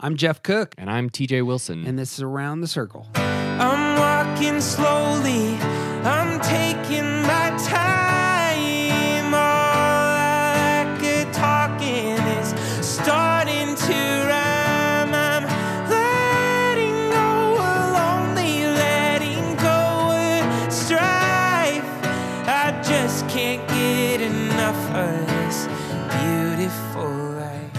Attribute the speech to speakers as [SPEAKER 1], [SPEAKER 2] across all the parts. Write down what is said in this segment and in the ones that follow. [SPEAKER 1] I'm Jeff Cook,
[SPEAKER 2] And I'm TJ Wilson.
[SPEAKER 1] and this is Around the Circle.
[SPEAKER 3] I'm walking slowly. I'm taking my time. All I could talking is starting to rhyme. I'm letting go of lonely, letting go of strife. I just can't get enough of this beautiful life.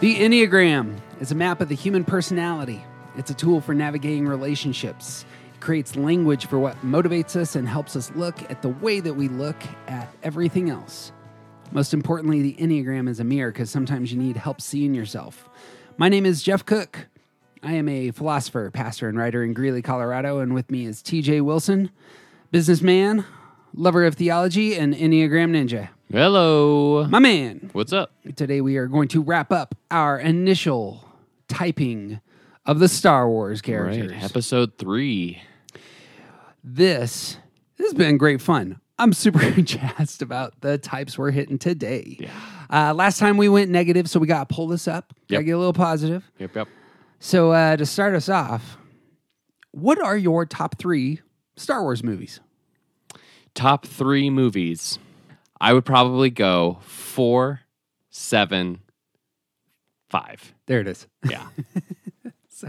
[SPEAKER 1] The Enneagram is a map of the human personality. It's a tool for navigating relationships. It creates language for what motivates us and helps us look at the way that we look at everything else. Most importantly, the Enneagram is a mirror because sometimes you need help seeing yourself. My name is Jeff Cook. I am a philosopher, pastor, and writer in Greeley, Colorado, and with me is TJ Wilson, businessman, lover of theology, and Enneagram Ninja.
[SPEAKER 2] Hello.
[SPEAKER 1] My man.
[SPEAKER 2] What's up?
[SPEAKER 1] Today we are going to wrap up our initial typing of the Star Wars characters.
[SPEAKER 2] Episode three.
[SPEAKER 1] This this has been great fun. I'm super jazzed about the types we're hitting today. Uh, last time we went negative, so we got to pull this up. Got to
[SPEAKER 2] Yep.
[SPEAKER 1] get a little positive.
[SPEAKER 2] Yep, yep.
[SPEAKER 1] So uh, to start us off, what are your top three Star Wars movies?
[SPEAKER 2] Top three movies. I would probably go four, seven, five.
[SPEAKER 1] There it is.
[SPEAKER 2] Yeah.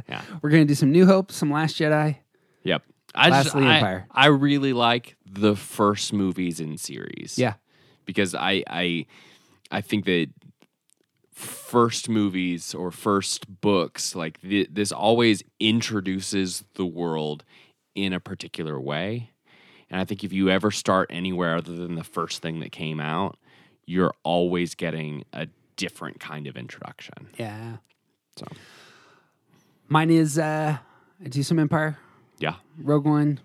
[SPEAKER 2] yeah.
[SPEAKER 1] We're gonna do some New Hope, some Last Jedi.
[SPEAKER 2] Yep. I
[SPEAKER 1] Last
[SPEAKER 2] just,
[SPEAKER 1] of the
[SPEAKER 2] I,
[SPEAKER 1] Empire.
[SPEAKER 2] I really like the first movies in series.
[SPEAKER 1] Yeah,
[SPEAKER 2] because I I I think that first movies or first books like th- this always introduces the world in a particular way. And I think if you ever start anywhere other than the first thing that came out, you're always getting a different kind of introduction.
[SPEAKER 1] yeah.
[SPEAKER 2] So,
[SPEAKER 1] Mine is uh, I do some Empire.
[SPEAKER 2] yeah,
[SPEAKER 1] Rogue One.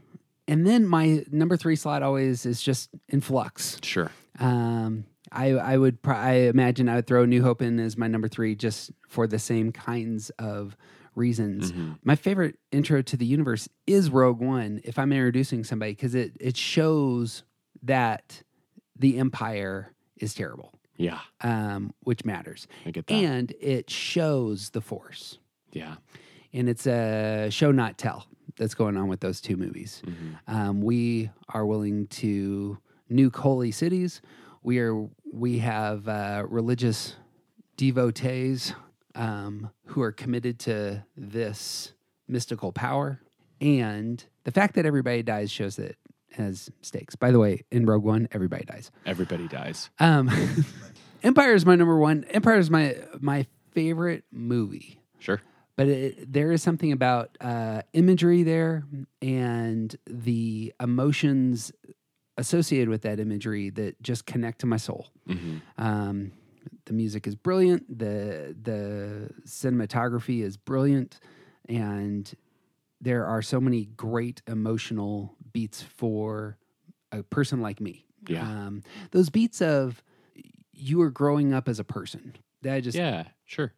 [SPEAKER 1] And then my number three slot always is just in flux.
[SPEAKER 2] sure.
[SPEAKER 1] Um, I, I would pro- I imagine I would throw New Hope in as my number three just for the same kinds of
[SPEAKER 2] Mm-hmm.
[SPEAKER 1] reasons. My favorite intro to the universe is Rogue One. If I'm introducing somebody, because it it shows that the Empire is terrible,
[SPEAKER 2] Yeah,
[SPEAKER 1] um, which matters,
[SPEAKER 2] I get that.
[SPEAKER 1] and it shows the Force,
[SPEAKER 2] yeah.
[SPEAKER 1] and it's a show not tell that's going on with those two movies.
[SPEAKER 2] Mhm.
[SPEAKER 1] Um, we are willing to nuke holy cities. We are we have uh, religious devotees um, who are committed to this mystical power, and the fact that everybody dies shows that it has stakes. By the way, in Rogue One, everybody dies.
[SPEAKER 2] Everybody dies.
[SPEAKER 1] Um, Empire is my number one. Empire is my my favorite movie
[SPEAKER 2] Sure.
[SPEAKER 1] but it, there is something about uh, imagery there and the emotions associated with that imagery that just connect to my soul.
[SPEAKER 2] hmm
[SPEAKER 1] Um, the music is brilliant. the The cinematography is brilliant, and there are so many great emotional beats for a person like me.
[SPEAKER 2] Yeah.
[SPEAKER 1] Um, those beats of you are growing up as a person that I just
[SPEAKER 2] Yeah, sure.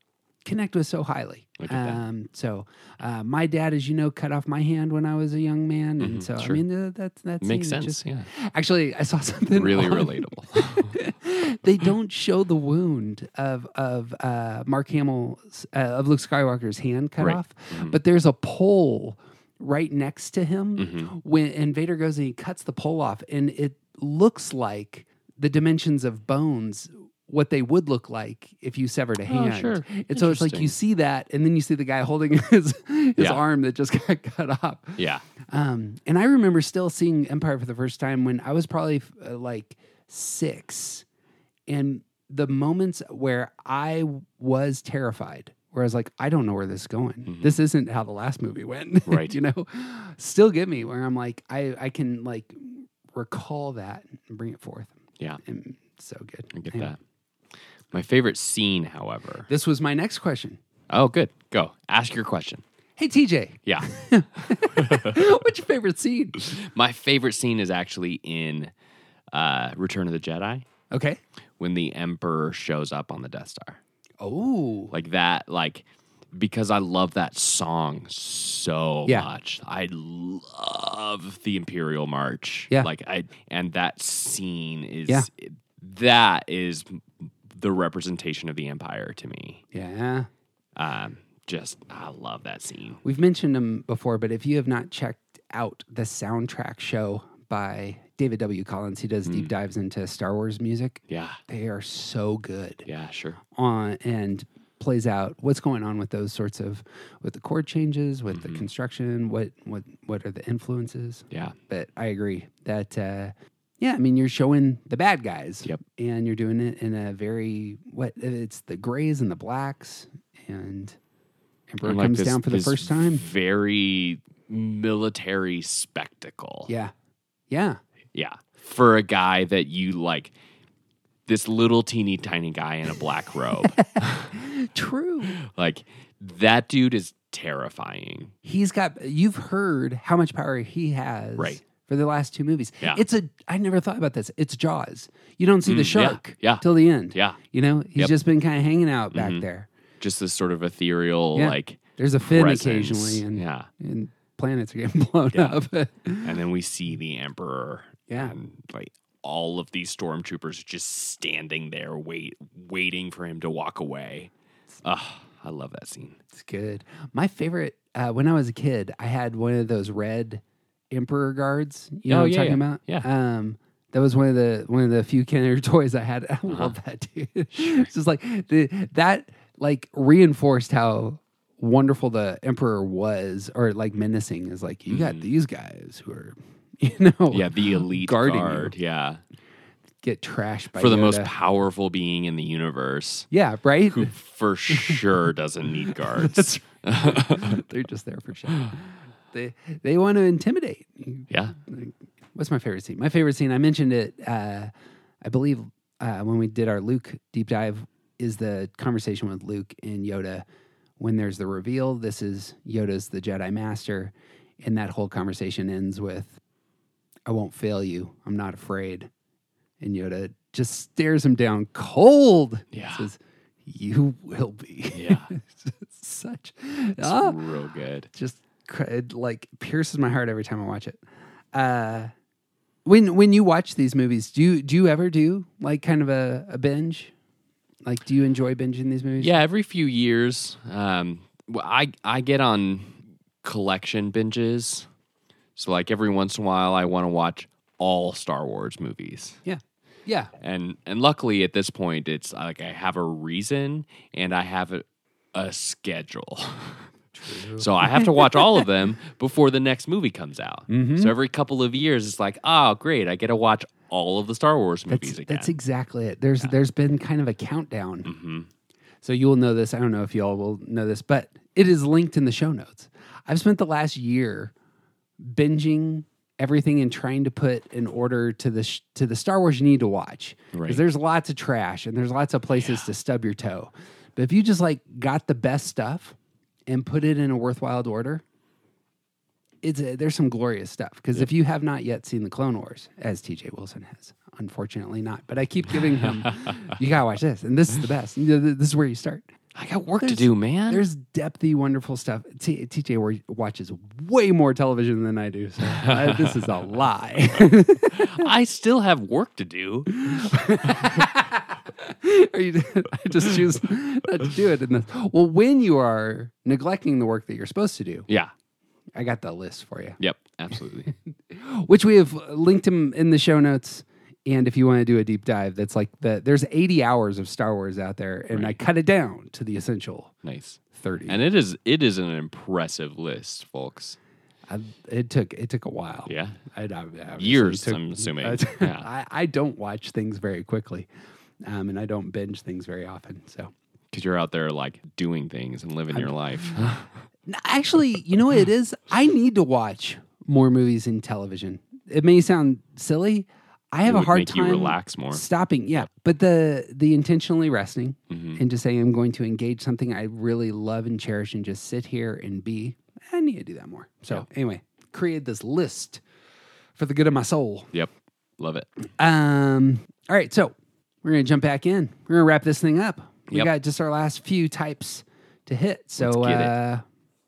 [SPEAKER 1] connect with so highly.
[SPEAKER 2] I get that.
[SPEAKER 1] Um, so, uh, my dad, as you know, cut off my hand when I was a young man, and
[SPEAKER 2] Mhm,
[SPEAKER 1] so
[SPEAKER 2] sure.
[SPEAKER 1] I mean uh, that's that's
[SPEAKER 2] Makes sense. yeah.
[SPEAKER 1] Actually, I saw something
[SPEAKER 2] Really
[SPEAKER 1] on-
[SPEAKER 2] relatable.
[SPEAKER 1] they don't show the wound of of uh, Mark Hamill uh, of Luke Skywalker's hand cut
[SPEAKER 2] Right.
[SPEAKER 1] off,
[SPEAKER 2] Mhm.
[SPEAKER 1] but there's a pole right next to him
[SPEAKER 2] Mhm.
[SPEAKER 1] when and Vader goes and he cuts the pole off, and it looks like the dimensions of bones. What they would look like if you severed a hand,
[SPEAKER 2] Oh, sure.
[SPEAKER 1] and so it's like you
[SPEAKER 2] Interesting.
[SPEAKER 1] see that, and then you see the guy holding his his
[SPEAKER 2] Yeah.
[SPEAKER 1] arm that just got cut off.
[SPEAKER 2] yeah.
[SPEAKER 1] Um, and I remember still seeing Empire for the first time when I was probably uh, like six, and the moments where I was terrified, where I was like, I don't know where this is going.
[SPEAKER 2] Mhm.
[SPEAKER 1] This isn't how the last movie went,
[SPEAKER 2] Right.
[SPEAKER 1] you know, still get me where I'm like, I I can like recall that and bring it forth.
[SPEAKER 2] Yeah.
[SPEAKER 1] and so good.
[SPEAKER 2] I get
[SPEAKER 1] Anyway,
[SPEAKER 2] that. My favorite scene, however.
[SPEAKER 1] This was my next question.
[SPEAKER 2] Oh, good. Go. Ask your question.
[SPEAKER 1] Hey TJ,
[SPEAKER 2] Yeah.
[SPEAKER 1] what's your favorite scene?
[SPEAKER 2] My favorite scene is actually in uh, Return of the Jedi
[SPEAKER 1] Okay.
[SPEAKER 2] when the Emperor shows up on the Death Star.
[SPEAKER 1] Oh,
[SPEAKER 2] Like that, like, because I love that song so
[SPEAKER 1] Yeah.
[SPEAKER 2] much. I love the Imperial March.
[SPEAKER 1] Yeah.
[SPEAKER 2] Like, I, and that scene is,
[SPEAKER 1] Yeah.
[SPEAKER 2] that is the representation of the Empire to me.
[SPEAKER 1] yeah.
[SPEAKER 2] Um, just I love that scene.
[SPEAKER 1] We've mentioned him before, but if you have not checked out the soundtrack show by David W. Collins, he does deep dives into Star Wars music.
[SPEAKER 2] Yeah,
[SPEAKER 1] They are so good.
[SPEAKER 2] yeah, sure.
[SPEAKER 1] on and plays out what's going on with those sorts of with the chord changes with the construction what what what are the influences
[SPEAKER 2] Yeah,
[SPEAKER 1] but i agree that uh yeah i mean you're showing the bad guys
[SPEAKER 2] Yep.
[SPEAKER 1] and you're doing it in a very what it's the grays and the blacks and emperor
[SPEAKER 2] And,
[SPEAKER 1] comes
[SPEAKER 2] this-
[SPEAKER 1] down for the
[SPEAKER 2] this
[SPEAKER 1] first time
[SPEAKER 2] Very military spectacle.
[SPEAKER 1] yeah yeah
[SPEAKER 2] Yeah. For a guy that you like, this little teeny tiny guy in a black robe,
[SPEAKER 1] true
[SPEAKER 2] like that dude is terrifying.
[SPEAKER 1] he's got you've heard how much power he has
[SPEAKER 2] Right.
[SPEAKER 1] for the last two movies
[SPEAKER 2] Yeah.
[SPEAKER 1] it's a i never thought about this it's jaws you don't see the
[SPEAKER 2] Mm, yeah,
[SPEAKER 1] shark
[SPEAKER 2] yeah.
[SPEAKER 1] till the end
[SPEAKER 2] Yeah.
[SPEAKER 1] you know he's
[SPEAKER 2] Yep. Mm-hmm.
[SPEAKER 1] just been kind of hanging out back there
[SPEAKER 2] Just this sort of ethereal,
[SPEAKER 1] Yeah.
[SPEAKER 2] like,
[SPEAKER 1] there's a fin
[SPEAKER 2] presence.
[SPEAKER 1] occasionally and,
[SPEAKER 2] yeah.
[SPEAKER 1] and planets are getting blown
[SPEAKER 2] Yeah.
[SPEAKER 1] up
[SPEAKER 2] And then we see the emperor.
[SPEAKER 1] Yeah.
[SPEAKER 2] And like all of these stormtroopers just standing there, wait, waiting for him to walk away. Ugh, I love that scene.
[SPEAKER 1] it's good my favorite uh, when i was a kid i had one of those red emperor guards you know
[SPEAKER 2] Oh,
[SPEAKER 1] what i'm
[SPEAKER 2] yeah,
[SPEAKER 1] talking
[SPEAKER 2] yeah.
[SPEAKER 1] about
[SPEAKER 2] Yeah.
[SPEAKER 1] um that was one of the one of the few Kenner toys I had. I
[SPEAKER 2] Uh-huh.
[SPEAKER 1] love that dude. it's just like the that like reinforced how wonderful the emperor was, or like menacing is like you got these guys who are, you know,
[SPEAKER 2] Mm-hmm. Yeah, the elite
[SPEAKER 1] Guarding you.
[SPEAKER 2] guard. Yeah.
[SPEAKER 1] get trashed by
[SPEAKER 2] For the most
[SPEAKER 1] Yoda.
[SPEAKER 2] powerful being in the universe.
[SPEAKER 1] yeah, right.
[SPEAKER 2] who for sure doesn't need guards.
[SPEAKER 1] They're just there for show. They they want to intimidate.
[SPEAKER 2] yeah.
[SPEAKER 1] What's my favorite scene? My favorite scene. I mentioned it. Uh, I believe uh, when we did our Luke deep dive is the conversation with Luke and Yoda when there's the reveal. This is Yoda's the Jedi Master, and that whole conversation ends with, "I won't fail you. I'm not afraid." And Yoda just stares him down cold.
[SPEAKER 2] Yeah.
[SPEAKER 1] Says, "You will be."
[SPEAKER 2] Yeah.
[SPEAKER 1] Such.
[SPEAKER 2] It's
[SPEAKER 1] Ah
[SPEAKER 2] real good.
[SPEAKER 1] just cr- it, like pierces my heart every time I watch it. Uh, when when you watch these movies, do you do you ever do like kind of a, a binge? Like, do you enjoy binging these movies?
[SPEAKER 2] Yeah, every few years, um, well, I I get on collection binges. So like every once in a while, I want to watch all Star Wars movies.
[SPEAKER 1] yeah, yeah.
[SPEAKER 2] and and luckily at this point it's like I have a reason and I have a, a schedule. So I have to watch all of them before the next movie comes out.
[SPEAKER 1] Mm-hmm.
[SPEAKER 2] So every couple of years, it's like, oh, great, I get to watch all of the Star Wars movies
[SPEAKER 1] That's,
[SPEAKER 2] again.
[SPEAKER 1] that's exactly it. There's there's been kind of a countdown.
[SPEAKER 2] Mm-hmm.
[SPEAKER 1] So you will know this. I don't know if you all will know this, but it is linked in the show notes. I've spent the last year binging everything and trying to put an order to the sh- to the Star Wars you need to watch because
[SPEAKER 2] Right.
[SPEAKER 1] there's lots of trash and there's lots of places to stub your toe. But if you just like got the best stuff and put it in a worthwhile order, it's a, there's some glorious stuff because if you have not yet seen the Clone Wars, as T.J. Wilson has, unfortunately not, but I keep giving him, you gotta watch this, and this is the best. You know, th- This is where you start.
[SPEAKER 2] I got work to do, man.
[SPEAKER 1] e There's depthy, wonderful stuff. T- T.J. wa- watches way more television than I do, so uh, this is a lie.
[SPEAKER 2] I still have work to do.
[SPEAKER 1] Are you? I just choose not to do it. In this. Well, when you are neglecting the work that you're supposed to do,
[SPEAKER 2] Yeah.
[SPEAKER 1] I got the list for you.
[SPEAKER 2] Yep. Absolutely.
[SPEAKER 1] which we have linked him in the show notes. And if you want to do a deep dive, that's like the there's 80 hours of Star Wars out there, and I cut it down to the essential
[SPEAKER 2] nice.
[SPEAKER 1] 30.
[SPEAKER 2] And it is it is an impressive list, folks.
[SPEAKER 1] I, it took it took a while.
[SPEAKER 2] Yeah.
[SPEAKER 1] I, I- obviously
[SPEAKER 2] Years,
[SPEAKER 1] it took-
[SPEAKER 2] I'm assuming.
[SPEAKER 1] I,
[SPEAKER 2] Yeah.
[SPEAKER 1] I, I don't watch things very quickly, um, and I don't binge things very often. So
[SPEAKER 2] Because you're out there like doing things and living your life.
[SPEAKER 1] N- Actually, you know what it is? I need to watch more movies in television. It may sound silly. I have
[SPEAKER 2] It
[SPEAKER 1] a
[SPEAKER 2] would
[SPEAKER 1] hard
[SPEAKER 2] make you
[SPEAKER 1] time
[SPEAKER 2] relax more.
[SPEAKER 1] stopping. Yeah, but the the intentionally resting
[SPEAKER 2] Mm-hmm.
[SPEAKER 1] and just saying I'm going to engage something I really love and cherish and just sit here and be. I need to do that more. So anyway, created this list for the good of my soul.
[SPEAKER 2] Yep. Love it.
[SPEAKER 1] Um, all right, so we're gonna jump back in. We're gonna wrap this thing up. We
[SPEAKER 2] Yep.
[SPEAKER 1] got just our last few types to hit. So,
[SPEAKER 2] Let's get it.
[SPEAKER 1] uh,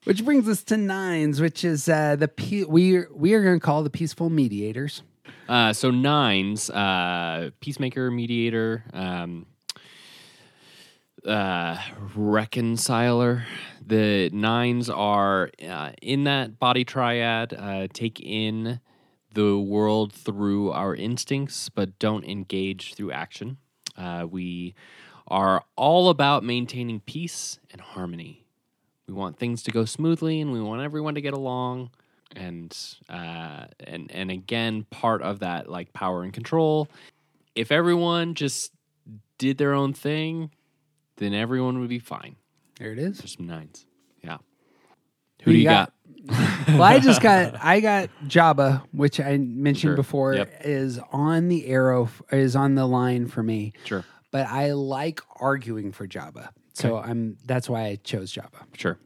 [SPEAKER 1] which brings us to nines, which is uh, the pe- we are, we are gonna call the peaceful mediators.
[SPEAKER 2] Uh, so nines, uh, peacemaker, mediator, um, uh, reconciler. The nines are uh, in that body triad, uh, take in the world through our instincts, but don't engage through action. Uh, we are all about maintaining peace and harmony. We want things to go smoothly, and we want everyone to get along. And uh, and and again, part of that like power and control. If everyone just did their own thing, then everyone would be fine.
[SPEAKER 1] There it is.
[SPEAKER 2] There's some nines. Yeah.
[SPEAKER 1] Who you got? well, I just got I got Jabba, which I mentioned
[SPEAKER 2] Sure.
[SPEAKER 1] before,
[SPEAKER 2] Yep.
[SPEAKER 1] is on the arrow f- is on the line for me.
[SPEAKER 2] Sure.
[SPEAKER 1] But I like arguing for Jabba, so I'm that's why I chose Jabba.
[SPEAKER 2] Sure.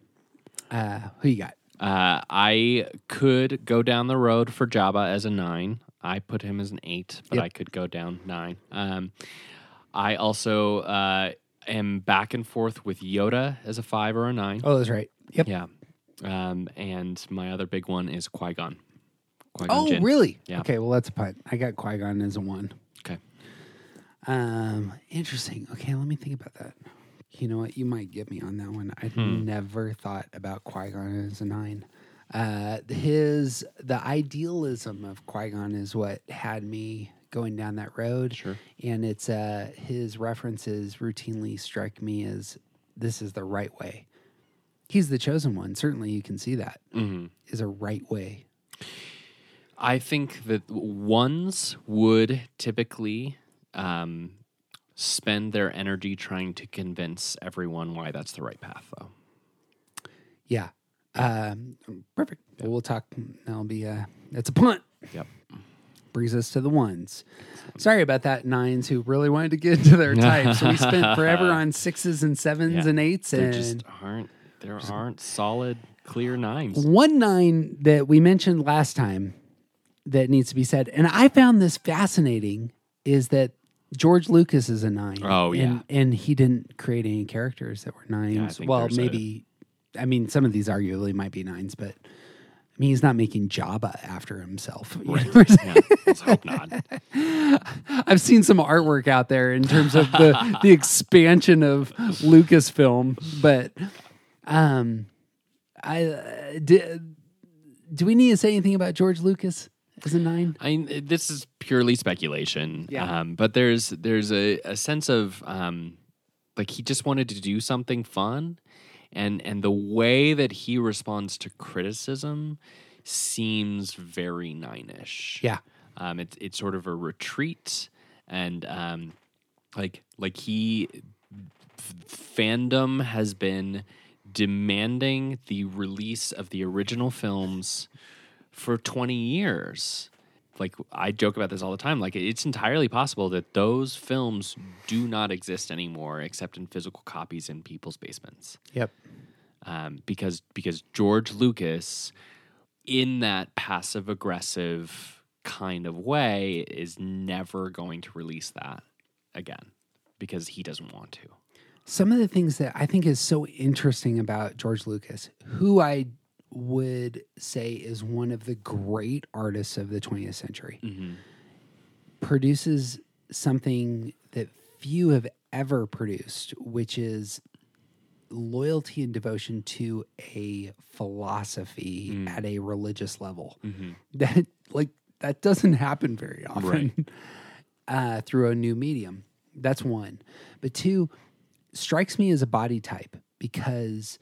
[SPEAKER 1] Uh, who you got?
[SPEAKER 2] Uh, I could go down the road for Jabba as a nine. I put him as an eight, but
[SPEAKER 1] Yep.
[SPEAKER 2] I could go down nine. Um, I also uh, am back and forth with Yoda as a five or a nine.
[SPEAKER 1] Oh, that's right. Yep.
[SPEAKER 2] Yeah. Um, and my other big one is Qui Gon.
[SPEAKER 1] Oh, really?
[SPEAKER 2] Yeah.
[SPEAKER 1] Okay. Well, that's a punt. I got Qui Gon as a one.
[SPEAKER 2] Okay.
[SPEAKER 1] Um, interesting. Okay, let me think about that. You know what? You might get me on that one. I
[SPEAKER 2] Hmm.
[SPEAKER 1] never thought about Qui Gon as a nine. Uh, his the idealism of Qui Gon is what had me going down that road.
[SPEAKER 2] Sure.
[SPEAKER 1] And it's uh, his references routinely strike me as this is the right way. He's the chosen one. Certainly, you can see that is
[SPEAKER 2] hmm
[SPEAKER 1] a right way.
[SPEAKER 2] I think that ones would typically um, spend their energy trying to convince everyone why that's the right path, though.
[SPEAKER 1] Yeah. Um, perfect. Well, we'll talk. That'll be a that's a punt.
[SPEAKER 2] Yep.
[SPEAKER 1] brings us to the ones. Sorry about that, nines who really wanted to get into their types. we spent forever on sixes and sevens
[SPEAKER 2] Yeah.
[SPEAKER 1] and eights,
[SPEAKER 2] There
[SPEAKER 1] and
[SPEAKER 2] just aren't there aren't solid clear nines.
[SPEAKER 1] one nine that we mentioned last time that needs to be said. And I found this fascinating is that George Lucas is a nine.
[SPEAKER 2] Oh, yeah.
[SPEAKER 1] and, and he didn't create any characters that were nines.
[SPEAKER 2] think
[SPEAKER 1] well,
[SPEAKER 2] there's a-
[SPEAKER 1] maybe. I mean, some of these arguably might be nines, but I mean, he's not making Jabba after himself. You know what I'm saying?
[SPEAKER 2] Yeah, let's hope not.
[SPEAKER 1] I've seen some artwork out there in terms of the the expansion of Lucasfilm, but um, I uh, do, do we need to say anything about George Lucas as a nine?
[SPEAKER 2] I mean, this is purely speculation.
[SPEAKER 1] Yeah.
[SPEAKER 2] Um, but there's there's a, a sense of um, like he just wanted to do something fun, and and the way that he responds to criticism seems very nine-ish.
[SPEAKER 1] Yeah.
[SPEAKER 2] Um, it's it's sort of a retreat, and um, like like he f- fandom has been demanding the release of the original films for 20 years. Like I joke about this all the time. Like it's entirely possible that those films do not exist anymore, except in physical copies in people's basements,
[SPEAKER 1] Yep.
[SPEAKER 2] um, because because George Lucas, in that passive aggressive kind of way, is never going to release that again because he doesn't want to.
[SPEAKER 1] Some of the things that I think is so interesting about George Lucas, who I would say is one of the great artists of the 20th century.
[SPEAKER 2] Mm-hmm.
[SPEAKER 1] produces something that few have ever produced, which is loyalty and devotion to a philosophy at a religious level. That like that doesn't happen very often uh, through a new medium. That's one. But two, strikes me as a body type because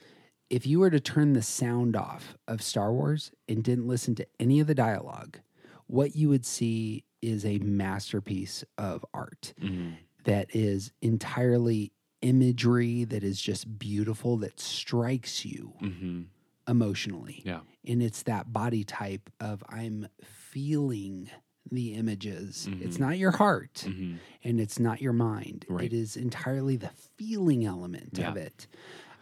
[SPEAKER 1] if you were to turn the sound off of Star Wars and didn't listen to any of the dialogue, what you would see is a masterpiece of art
[SPEAKER 2] Mm-hmm.
[SPEAKER 1] that is entirely imagery that is just beautiful that strikes you
[SPEAKER 2] Mm-hmm.
[SPEAKER 1] emotionally
[SPEAKER 2] Yeah.
[SPEAKER 1] and it's that body type of I'm feeling the images. It's not your heart
[SPEAKER 2] Mm-hmm.
[SPEAKER 1] and it's not your mind.
[SPEAKER 2] Right.
[SPEAKER 1] It is entirely the feeling element of
[SPEAKER 2] Yeah.
[SPEAKER 1] it.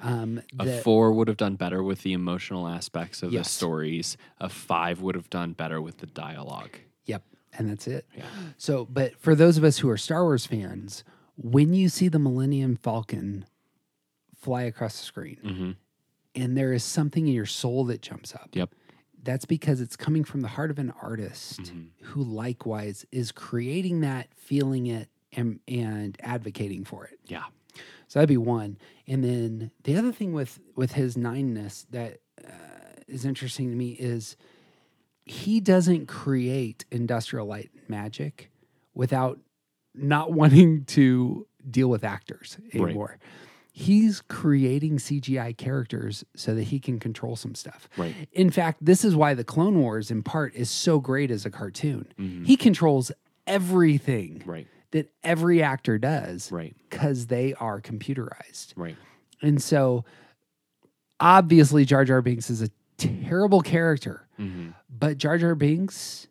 [SPEAKER 1] Um,
[SPEAKER 2] A
[SPEAKER 1] that-
[SPEAKER 2] four would have done better with the emotional aspects of
[SPEAKER 1] Yes.
[SPEAKER 2] the stories. A five would have done better with the dialogue.
[SPEAKER 1] yep, and that's it.
[SPEAKER 2] Yeah.
[SPEAKER 1] So, but for those of us who are Star Wars fans, when you see the Millennium Falcon fly across the screen,
[SPEAKER 2] Mm-hmm.
[SPEAKER 1] and there is something in your soul that jumps up.
[SPEAKER 2] Yep. Mm-hmm.
[SPEAKER 1] That's because it's coming from the heart of an artist who likewise is creating that, feeling it, and, and advocating for it.
[SPEAKER 2] Yeah.
[SPEAKER 1] So that'd be one. And then the other thing with with his nineness that uh, is interesting to me is he doesn't create industrial light magic without not wanting to deal with actors
[SPEAKER 2] Right.
[SPEAKER 1] anymore. He's creating CGI characters so that he can control some stuff.
[SPEAKER 2] Right.
[SPEAKER 1] In fact, this is why the Clone Wars, in part, is so great as a cartoon.
[SPEAKER 2] Mhm.
[SPEAKER 1] He controls everything
[SPEAKER 2] Right.
[SPEAKER 1] that every actor does
[SPEAKER 2] Right.
[SPEAKER 1] because they are computerized.
[SPEAKER 2] Right.
[SPEAKER 1] And so, obviously, Jar Jar Binks is a terrible character,
[SPEAKER 2] hmm
[SPEAKER 1] but Jar Jar Binks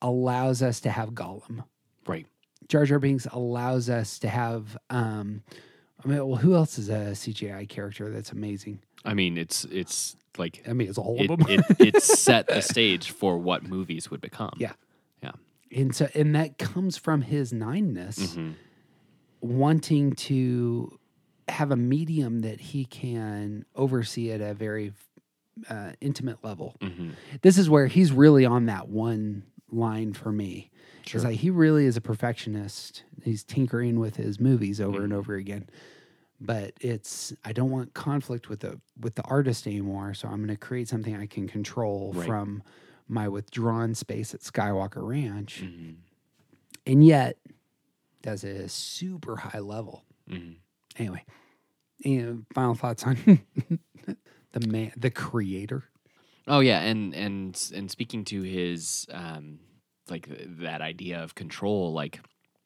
[SPEAKER 1] allows us to have Gollum.
[SPEAKER 2] Right.
[SPEAKER 1] Jar Jar Binks allows us to have. Um, I mean, well, who else is a CGI character that's amazing?
[SPEAKER 2] I mean, it's it's like
[SPEAKER 1] I mean, it's all
[SPEAKER 2] it,
[SPEAKER 1] of them.
[SPEAKER 2] it it set the stage for what movies would become.
[SPEAKER 1] Yeah.
[SPEAKER 2] Yeah.
[SPEAKER 1] and so, and that comes from his nineness.
[SPEAKER 2] Mhm.
[SPEAKER 1] wanting to have a medium that he can oversee at a very uh, intimate level.
[SPEAKER 2] Mhm.
[SPEAKER 1] This is where he's really on that one line for me.
[SPEAKER 2] Sure.
[SPEAKER 1] It's like he really is a perfectionist. He's tinkering with his movies over
[SPEAKER 2] Mm-hmm.
[SPEAKER 1] and over again. But it's I don't want conflict with the with the artist anymore, so I'm going to create something I can control
[SPEAKER 2] Right.
[SPEAKER 1] from my withdrawn space at Skywalker Ranch.
[SPEAKER 2] Mhm.
[SPEAKER 1] And yet does it at a super high level
[SPEAKER 2] Mhm.
[SPEAKER 1] anyway, and final thoughts on the man, the creator.
[SPEAKER 2] Oh yeah, and and and speaking to his um like th- that idea of control, like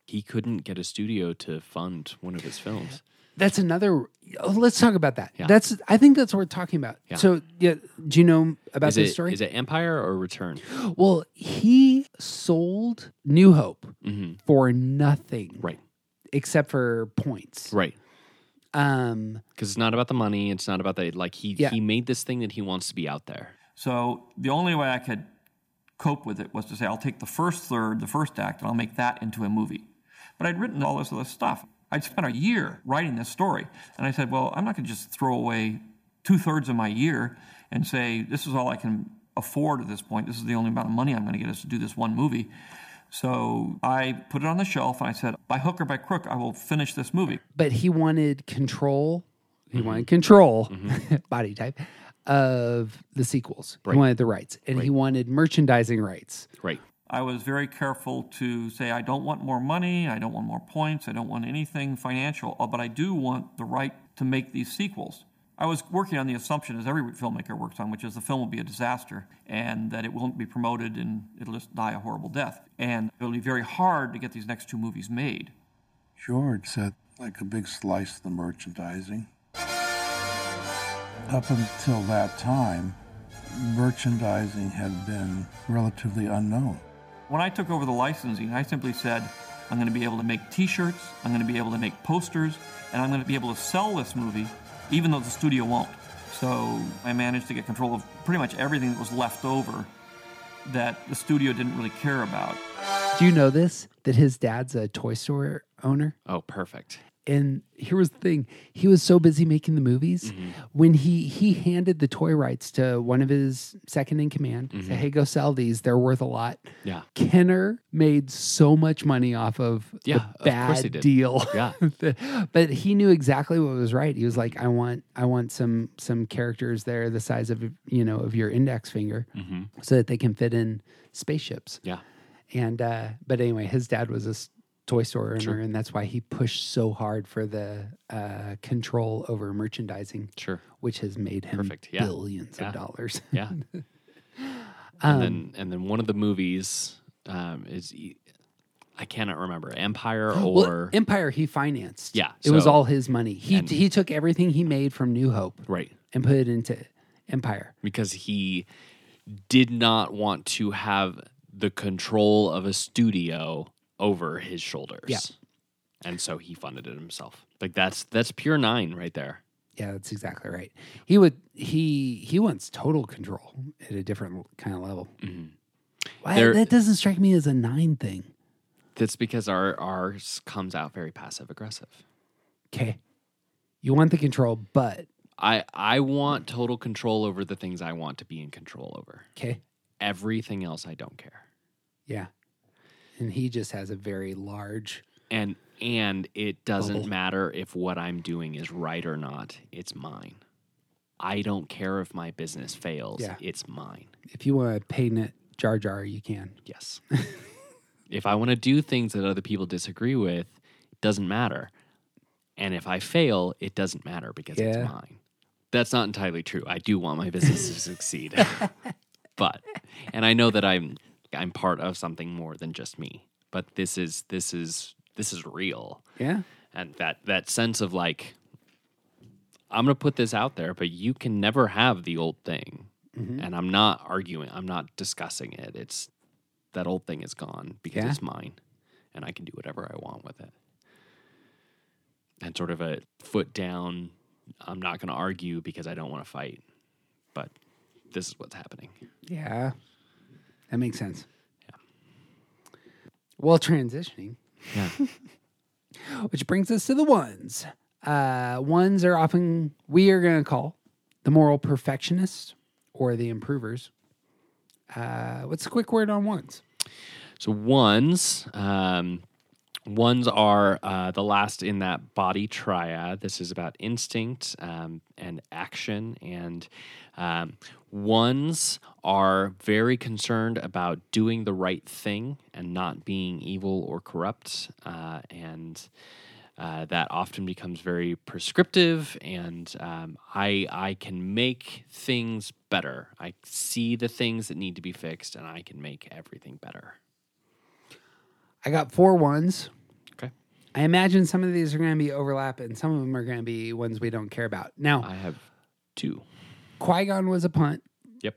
[SPEAKER 2] he couldn't get a studio to fund one of his films.
[SPEAKER 1] That's another. oh, let's talk about that.
[SPEAKER 2] Yeah.
[SPEAKER 1] That's. I think that's worth talking about.
[SPEAKER 2] Yeah.
[SPEAKER 1] So, yeah, do you know about
[SPEAKER 2] Is
[SPEAKER 1] this
[SPEAKER 2] it
[SPEAKER 1] story?
[SPEAKER 2] is it Empire or Return?
[SPEAKER 1] Well, he sold New Hope
[SPEAKER 2] hmm
[SPEAKER 1] for nothing,
[SPEAKER 2] Right.
[SPEAKER 1] Except for points.
[SPEAKER 2] Right.
[SPEAKER 1] Um,
[SPEAKER 2] Because it's not about the money. It's not about the like he
[SPEAKER 1] Yeah.
[SPEAKER 2] he made this thing that he wants to be out there.
[SPEAKER 4] So the only way I could cope with it was to say, I'll take the first third, the first act, and I'll make that into a movie. But I'd written all this other stuff. I'd spent a year writing this story. And I said, well, I'm not going to just throw away two thirds of my year and say, this is all I can afford at this point. This is the only amount of money I'm going to get us to do this one movie. So I put it on the shelf and I said, by hook or by crook, I will finish this movie.
[SPEAKER 1] but he wanted control. He
[SPEAKER 2] Mm-hmm.
[SPEAKER 1] wanted control, body type of the sequels. He wanted the rights, and he wanted merchandising rights.
[SPEAKER 2] Right.
[SPEAKER 4] I was very careful to say, I don't want more money, I don't want more points, I don't want anything financial, uh, but I do want the right to make these sequels. I was working on the assumption, as every filmmaker works on, which is the film will be a disaster and that it won't be promoted and it'll just die a horrible death. And it'll be very hard to get these next two movies made.
[SPEAKER 5] George said, like a big slice of the merchandising. Up until that time, merchandising had been relatively unknown.
[SPEAKER 4] When I took over the licensing, I simply said, I'm going to be able to make t shirts, I'm going to be able to make posters, and I'm going to be able to sell this movie, even though the studio won't. So I managed to get control of pretty much everything that was left over that the studio didn't really care about.
[SPEAKER 1] Do you know this? That his dad's a toy store owner.
[SPEAKER 2] Oh, perfect.
[SPEAKER 1] And here was the thing: he was so busy making the movies
[SPEAKER 2] Mm-hmm.
[SPEAKER 1] when he he handed the toy rights to one of his second in command.
[SPEAKER 2] Mm-hmm.
[SPEAKER 1] Said, "Hey, go sell these. They're worth a lot."
[SPEAKER 2] Yeah.
[SPEAKER 1] Kenner made so much money off of
[SPEAKER 2] Yeah,
[SPEAKER 1] the
[SPEAKER 2] of course he
[SPEAKER 1] bad
[SPEAKER 2] did.
[SPEAKER 1] deal.
[SPEAKER 2] Yeah.
[SPEAKER 1] The- but he knew exactly what was right. He was like, "I want, I want some some characters there the size of you know of your index finger,
[SPEAKER 2] Mm-hmm.
[SPEAKER 1] so that they can fit in spaceships."
[SPEAKER 2] Yeah.
[SPEAKER 1] And uh, but anyway, his dad was a s- toy store owner, and that's why he pushed so hard for the uh, control over merchandising,
[SPEAKER 2] Sure.
[SPEAKER 1] which has made him
[SPEAKER 2] Perfect, yeah.
[SPEAKER 1] billions
[SPEAKER 2] Yeah.
[SPEAKER 1] of dollars.
[SPEAKER 2] Yeah. and
[SPEAKER 1] Um,
[SPEAKER 2] then and then one of the movies um, is e- I cannot remember Empire
[SPEAKER 1] Well,
[SPEAKER 2] or
[SPEAKER 1] Empire he financed.
[SPEAKER 2] Yeah,
[SPEAKER 1] it was
[SPEAKER 2] so-
[SPEAKER 1] all his money. He
[SPEAKER 2] and-
[SPEAKER 1] he took everything he made from New Hope
[SPEAKER 2] right
[SPEAKER 1] and put it into Empire.
[SPEAKER 2] because he did not want to have the control of a studio over his shoulders.
[SPEAKER 1] Yeah.
[SPEAKER 2] And so he funded it himself. Like that's that's pure nine right there.
[SPEAKER 1] Yeah, that's exactly right. He would he he wants total control at a different kind of level. Why,
[SPEAKER 2] Mm-hmm. There-
[SPEAKER 1] that doesn't strike me as a nine thing.
[SPEAKER 2] That's because our ours comes out very passive aggressive.
[SPEAKER 1] Okay, you want the control, but
[SPEAKER 2] I I want total control over the things I want to be in control over.
[SPEAKER 1] okay,
[SPEAKER 2] Everything else I don't care.
[SPEAKER 1] yeah. And he just has a very large
[SPEAKER 2] and and it doesn't
[SPEAKER 1] Oh.
[SPEAKER 2] matter if what I'm doing is right or not. It's mine. I don't care if my business fails.
[SPEAKER 1] Yeah.
[SPEAKER 2] It's mine.
[SPEAKER 1] If you want to paint it Jar Jar, you can.
[SPEAKER 2] Yes. if I want to do things that other people disagree with, it doesn't matter. And if I fail, it doesn't matter because
[SPEAKER 1] Yeah.
[SPEAKER 2] it's mine. That's not entirely true. I do want my business to succeed. but and I know that I'm I'm part of something more than just me. But this is this is this is real.
[SPEAKER 1] Yeah.
[SPEAKER 2] And that that sense of like I'm going to put this out there, but you can never have the old thing. And I'm not arguing. I'm not discussing it. It's that old thing is gone because
[SPEAKER 1] Yeah.
[SPEAKER 2] it's mine and I can do whatever I want with it. And sort of a foot down, I'm not going to argue because I don't want to fight. But this is what's happening.
[SPEAKER 1] Yeah. That makes sense. Well, transitioning.
[SPEAKER 2] Yeah.
[SPEAKER 1] Which brings us to the ones. Uh, ones are often, we are going to call the moral perfectionists or the improvers. Uh, what's a quick word on ones?
[SPEAKER 2] So ones, um, ones are uh, the last in that body triad. This is about instinct um, and action, and um, ones are very concerned about doing the right thing and not being evil or corrupt, uh, and. Uh, that often becomes very prescriptive, and um, I I can make things better. I see the things that need to be fixed, and I can make everything better.
[SPEAKER 1] I got four ones.
[SPEAKER 2] Okay.
[SPEAKER 1] I imagine some of these are going to be overlap and some of them are going to be ones we don't care about. Now,
[SPEAKER 2] I have two.
[SPEAKER 1] Qui Gon was a punt.
[SPEAKER 2] Yep.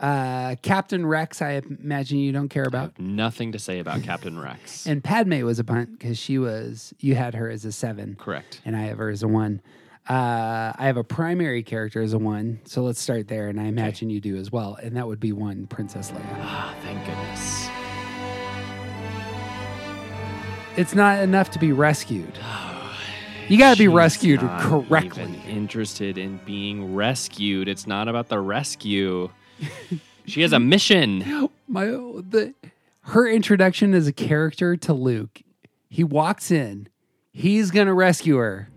[SPEAKER 1] Uh, Captain Rex, I imagine you don't care about.
[SPEAKER 2] Nothing to say about Captain Rex.
[SPEAKER 1] And Padme was a punt because she was, you had her as a seven.
[SPEAKER 2] Correct.
[SPEAKER 1] And I have her as a one. Uh, I have a primary character as a one. So let's start there. And I imagine you do as well. And that would be one, Princess Leia.
[SPEAKER 2] Ah, thank goodness.
[SPEAKER 1] It's not enough to be rescued. You got to be
[SPEAKER 2] She's
[SPEAKER 1] rescued
[SPEAKER 2] not
[SPEAKER 1] correctly.
[SPEAKER 2] even interested in being rescued. It's not about the rescue. she has a mission.
[SPEAKER 1] my the her introduction as a character to Luke. He walks in. He's gonna rescue her.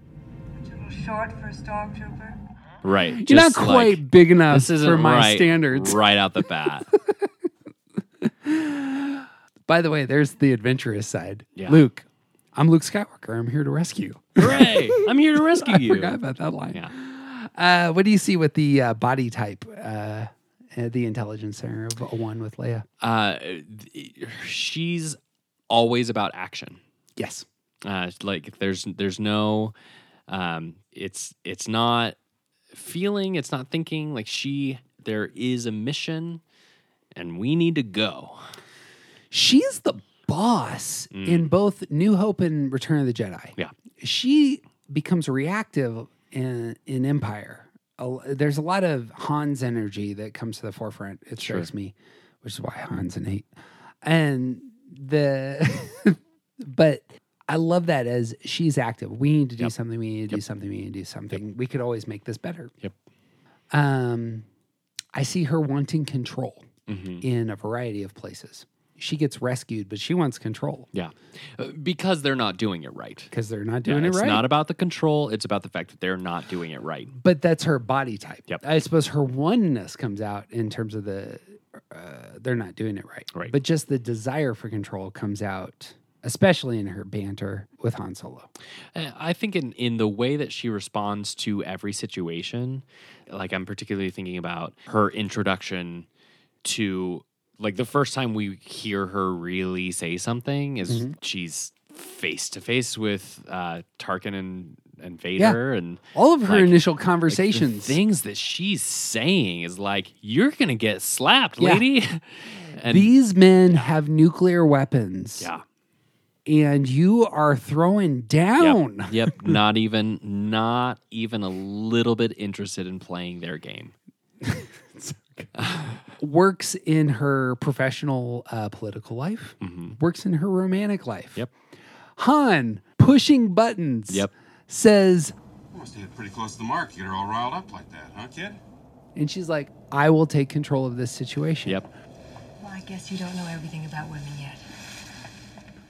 [SPEAKER 6] short for a stormtrooper?
[SPEAKER 2] Right.
[SPEAKER 1] You're not
[SPEAKER 2] just like,
[SPEAKER 1] quite big enough
[SPEAKER 2] this isn't
[SPEAKER 1] for my
[SPEAKER 2] right-
[SPEAKER 1] standards.
[SPEAKER 2] Right out the bat.
[SPEAKER 1] By the way, there's the adventurous side.
[SPEAKER 2] Yeah.
[SPEAKER 1] Luke, I'm Luke Skywalker. I'm here to rescue.
[SPEAKER 2] Hooray! I'm here to rescue you.
[SPEAKER 1] Forgot about that line.
[SPEAKER 2] Yeah.
[SPEAKER 1] Uh, what do you see with the uh, body type? Uh, at the intelligence center of a one with Leia.
[SPEAKER 2] Uh, th- she's always about action.
[SPEAKER 1] Yes.
[SPEAKER 2] uh, like there's there's no um, it's it's not feeling it's not thinking like she there is a mission and we need to go
[SPEAKER 1] She's the boss in both New Hope and Return of the Jedi.
[SPEAKER 2] Mm. yeah
[SPEAKER 1] she becomes reactive in in Empire. A l- There's a lot of Han's energy that comes to the forefront. It strikes me, which is why Han's an eight. And the, but I love that as she's active. We need to do something. We need to do something. We need to do something. We could always make this better.
[SPEAKER 2] Yep.
[SPEAKER 1] Um, I see her wanting control
[SPEAKER 2] hmm
[SPEAKER 1] in a variety of places. She gets rescued, but she wants control
[SPEAKER 2] yeah Uh, because they're not doing it right
[SPEAKER 1] because they're not
[SPEAKER 2] Yeah,
[SPEAKER 1] doing it
[SPEAKER 2] it's
[SPEAKER 1] right.
[SPEAKER 2] not about the control it's about the fact that they're not doing it right
[SPEAKER 1] but that's her body type.
[SPEAKER 2] Yep.
[SPEAKER 1] I suppose her oneness comes out in terms of the uh, they're not doing it right.
[SPEAKER 2] Right.
[SPEAKER 1] But just the desire for control comes out, especially in her banter with Han Solo.
[SPEAKER 2] Uh, I think in, in the way that she responds to every situation, like I'm particularly thinking about her introduction to like the first time we hear her really say something is
[SPEAKER 1] Mm-hmm.
[SPEAKER 2] she's face to face with uh, Tarkin and, and Vader and
[SPEAKER 1] All of her
[SPEAKER 2] Like-
[SPEAKER 1] initial
[SPEAKER 2] like, the
[SPEAKER 1] conversations.
[SPEAKER 2] things that she's saying is like you're gonna get slapped,
[SPEAKER 1] Yeah.
[SPEAKER 2] lady. and
[SPEAKER 1] These men have nuclear weapons,
[SPEAKER 2] yeah,
[SPEAKER 1] and you are throwing down.
[SPEAKER 2] yep, yep, not even not even a little bit interested in playing their game.
[SPEAKER 1] Works in her professional uh, political life. Works in her romantic life.
[SPEAKER 2] Mm-hmm. Yep.
[SPEAKER 1] Han pushing buttons.
[SPEAKER 2] Yep.
[SPEAKER 1] Says
[SPEAKER 7] Must have hit pretty close to the mark. You get her all riled up like that, huh, kid?
[SPEAKER 1] And she's like, I will take control of this situation.
[SPEAKER 2] Yep.
[SPEAKER 6] Well, I guess you don't know everything about women yet.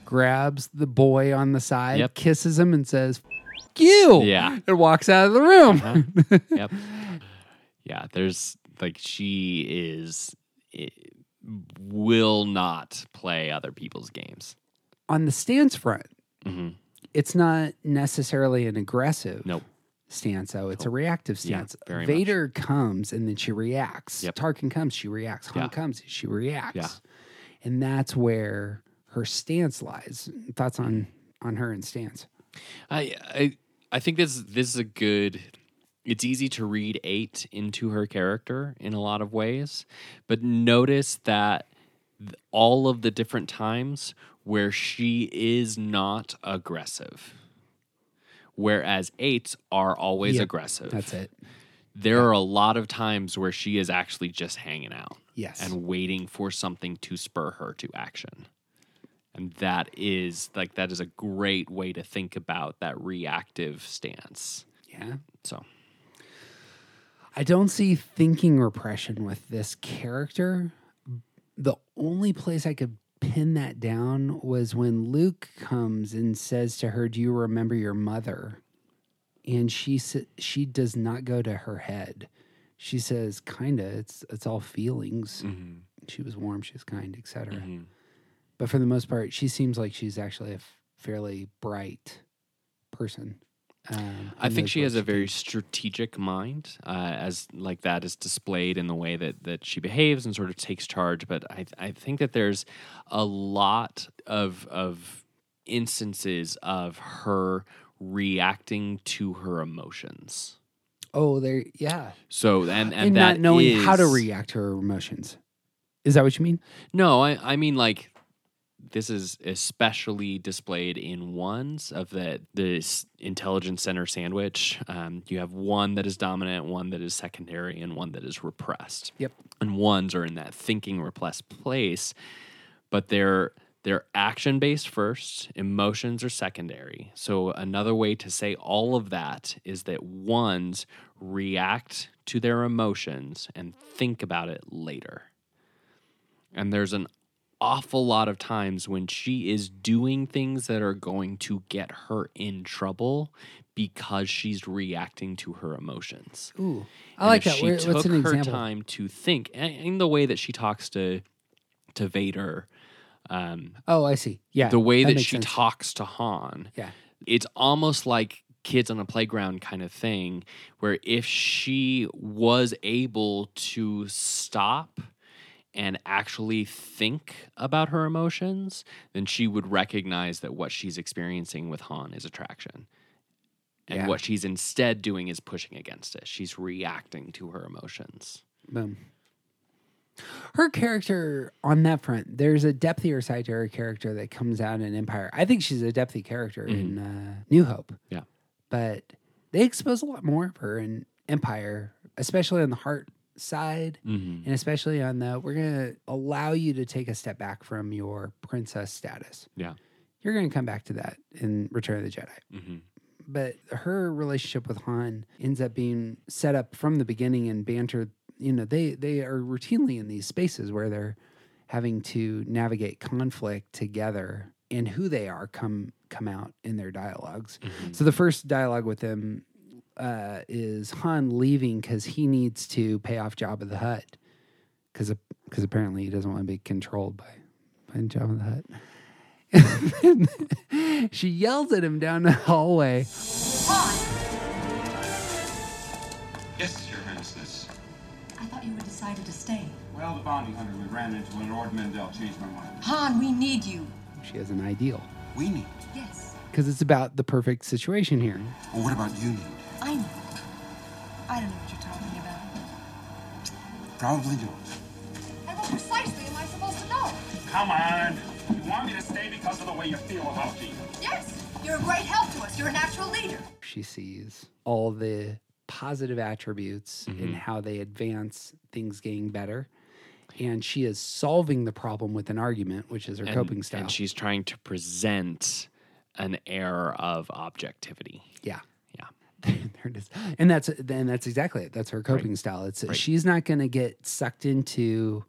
[SPEAKER 1] grabs the boy on the side,
[SPEAKER 2] Yep.
[SPEAKER 1] kisses him, and says, "F- "You."
[SPEAKER 2] Yeah.
[SPEAKER 1] and walks out of the room.
[SPEAKER 2] yep. Yeah, there's like she is it, will not play other people's games.
[SPEAKER 1] on the stance front,
[SPEAKER 2] Mhm.
[SPEAKER 1] it's not necessarily an aggressive
[SPEAKER 2] Nope.
[SPEAKER 1] stance, though. It's a reactive
[SPEAKER 2] Yeah,
[SPEAKER 1] stance.
[SPEAKER 2] very much.
[SPEAKER 1] Vader comes and then she reacts.
[SPEAKER 2] Yep.
[SPEAKER 1] Tarkin comes, she reacts. Han
[SPEAKER 2] Yeah.
[SPEAKER 1] comes, she reacts.
[SPEAKER 2] Yeah.
[SPEAKER 1] And that's where her stance lies. Thoughts on on her and stance?
[SPEAKER 2] I I I think this this is a good. It's easy to read eight into her character in a lot of ways, but notice that th- all of the different times where she is not aggressive, whereas eights are always
[SPEAKER 1] Yeah,
[SPEAKER 2] aggressive.
[SPEAKER 1] That's it.
[SPEAKER 2] There are a lot of times where she is actually just hanging out
[SPEAKER 1] Yes.
[SPEAKER 2] and waiting for something to spur her to action. And that is like that is a great way to think about that reactive stance.
[SPEAKER 1] yeah.
[SPEAKER 2] So
[SPEAKER 1] I don't see thinking repression with this character. The only place I could pin that down was when Luke comes and says to her, "Do you remember your mother?" And she sa- she does not go to her head. She says, "Kinda, it's it's all feelings."
[SPEAKER 2] Mm.
[SPEAKER 1] She was warm, she was kind, etc.
[SPEAKER 2] Mm-hmm.
[SPEAKER 1] But for the most part, she seems like she's actually a f- fairly bright person. Um,
[SPEAKER 2] I
[SPEAKER 1] and
[SPEAKER 2] think
[SPEAKER 1] knows
[SPEAKER 2] she
[SPEAKER 1] what
[SPEAKER 2] has a
[SPEAKER 1] can
[SPEAKER 2] very strategic mind, uh, as like that is displayed in the way that that she behaves and sort of takes charge. But I I think that there's a lot of of instances of her reacting to her emotions.
[SPEAKER 1] Oh, there, yeah.
[SPEAKER 2] So and and,
[SPEAKER 1] and,
[SPEAKER 2] that
[SPEAKER 1] not knowing how to
[SPEAKER 2] is-
[SPEAKER 1] react to her emotions. Is that what you mean?
[SPEAKER 2] No, I, I mean like this is especially displayed in ones of the this intelligence center sandwich. Um, you have one that is dominant, one that is secondary, and one that is repressed.
[SPEAKER 1] Yep.
[SPEAKER 2] And ones are in that thinking repressed place, but they're they're action based first, emotions are secondary. So another way to say all of that is that ones react to their emotions and think about it later. And there's an awful lot of times when she is doing things that are going to get her in trouble because she's reacting to her emotions.
[SPEAKER 1] Ooh, I
[SPEAKER 2] And
[SPEAKER 1] like
[SPEAKER 2] if
[SPEAKER 1] that.
[SPEAKER 2] She
[SPEAKER 1] Where,
[SPEAKER 2] took
[SPEAKER 1] what's an
[SPEAKER 2] her
[SPEAKER 1] example?
[SPEAKER 2] time to think a- in the way that she talks to to Vader, um,
[SPEAKER 1] Oh, I see. Yeah,
[SPEAKER 2] the way that,
[SPEAKER 1] makes
[SPEAKER 2] she
[SPEAKER 1] sense.
[SPEAKER 2] talks to Han.
[SPEAKER 1] Yeah,
[SPEAKER 2] It's almost like kids on a playground kind of thing, where if she was able to stop and actually think about her emotions, then she would recognize that what she's experiencing with Han is attraction. And
[SPEAKER 1] Yeah.
[SPEAKER 2] what she's instead doing is pushing against it. She's reacting to her emotions.
[SPEAKER 1] boom. Her character on that front, there's a depthier side to her character that comes out in Empire. I think she's a depthy character in uh, New Hope.
[SPEAKER 2] Mm-hmm. Yeah.
[SPEAKER 1] but they expose a lot more of her in Empire, especially on the heart side.
[SPEAKER 2] Mm-hmm.
[SPEAKER 1] and especially on the we're going to allow you to take a step back from your princess status
[SPEAKER 2] Yeah.
[SPEAKER 1] you're going to come back to that in return of the jedi
[SPEAKER 2] Mm-hmm.
[SPEAKER 1] but her relationship with han ends up being set up from the beginning and bantered you know they they are routinely in these spaces where they're having to navigate conflict together and who they are come come out in their dialogs so the first dialogue with them uh, is Han leaving because he needs to pay off Jabba the Hutt because because apparently he doesn't want to be controlled by by Jabba the Hutt. And then she yells at him down the hallway.
[SPEAKER 7] Yes, Your Highness.
[SPEAKER 8] I thought you had decided to stay.
[SPEAKER 7] Well, the bounty hunter we ran into in Ord Mendel changed my mind.
[SPEAKER 8] Han, we need you.
[SPEAKER 1] She has an ideal
[SPEAKER 7] We need.
[SPEAKER 8] Yes,
[SPEAKER 1] because it's about the perfect situation here.
[SPEAKER 7] Well, what about you need?
[SPEAKER 8] I know. I don't know what you're talking about.
[SPEAKER 7] Probably don't.
[SPEAKER 8] And what precisely am I supposed to know?
[SPEAKER 7] Come on. You want me to stay because of the way you feel about me?
[SPEAKER 8] Yes, you're a great help to us. You're a natural leader.
[SPEAKER 1] She sees all the positive attributes
[SPEAKER 2] Mm-hmm.
[SPEAKER 1] and how they advance things getting better. And she is solving the problem with an argument, which is her coping style.
[SPEAKER 2] And she's trying to present an air of objectivity.
[SPEAKER 1] Yeah.
[SPEAKER 2] Yeah.
[SPEAKER 1] there it is. And that's and that's exactly it. That's her coping style. It's she's not gonna get sucked into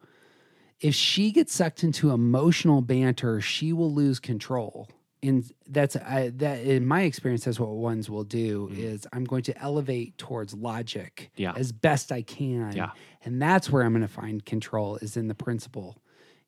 [SPEAKER 1] if she gets sucked into emotional banter, she will lose control. And that's I, that in my experience, that's what ones will do is I'm going to elevate towards logic
[SPEAKER 2] Mm-hmm. Yeah.
[SPEAKER 1] as best I can.
[SPEAKER 2] Yeah.
[SPEAKER 1] And that's where I'm going to find control is in the principle,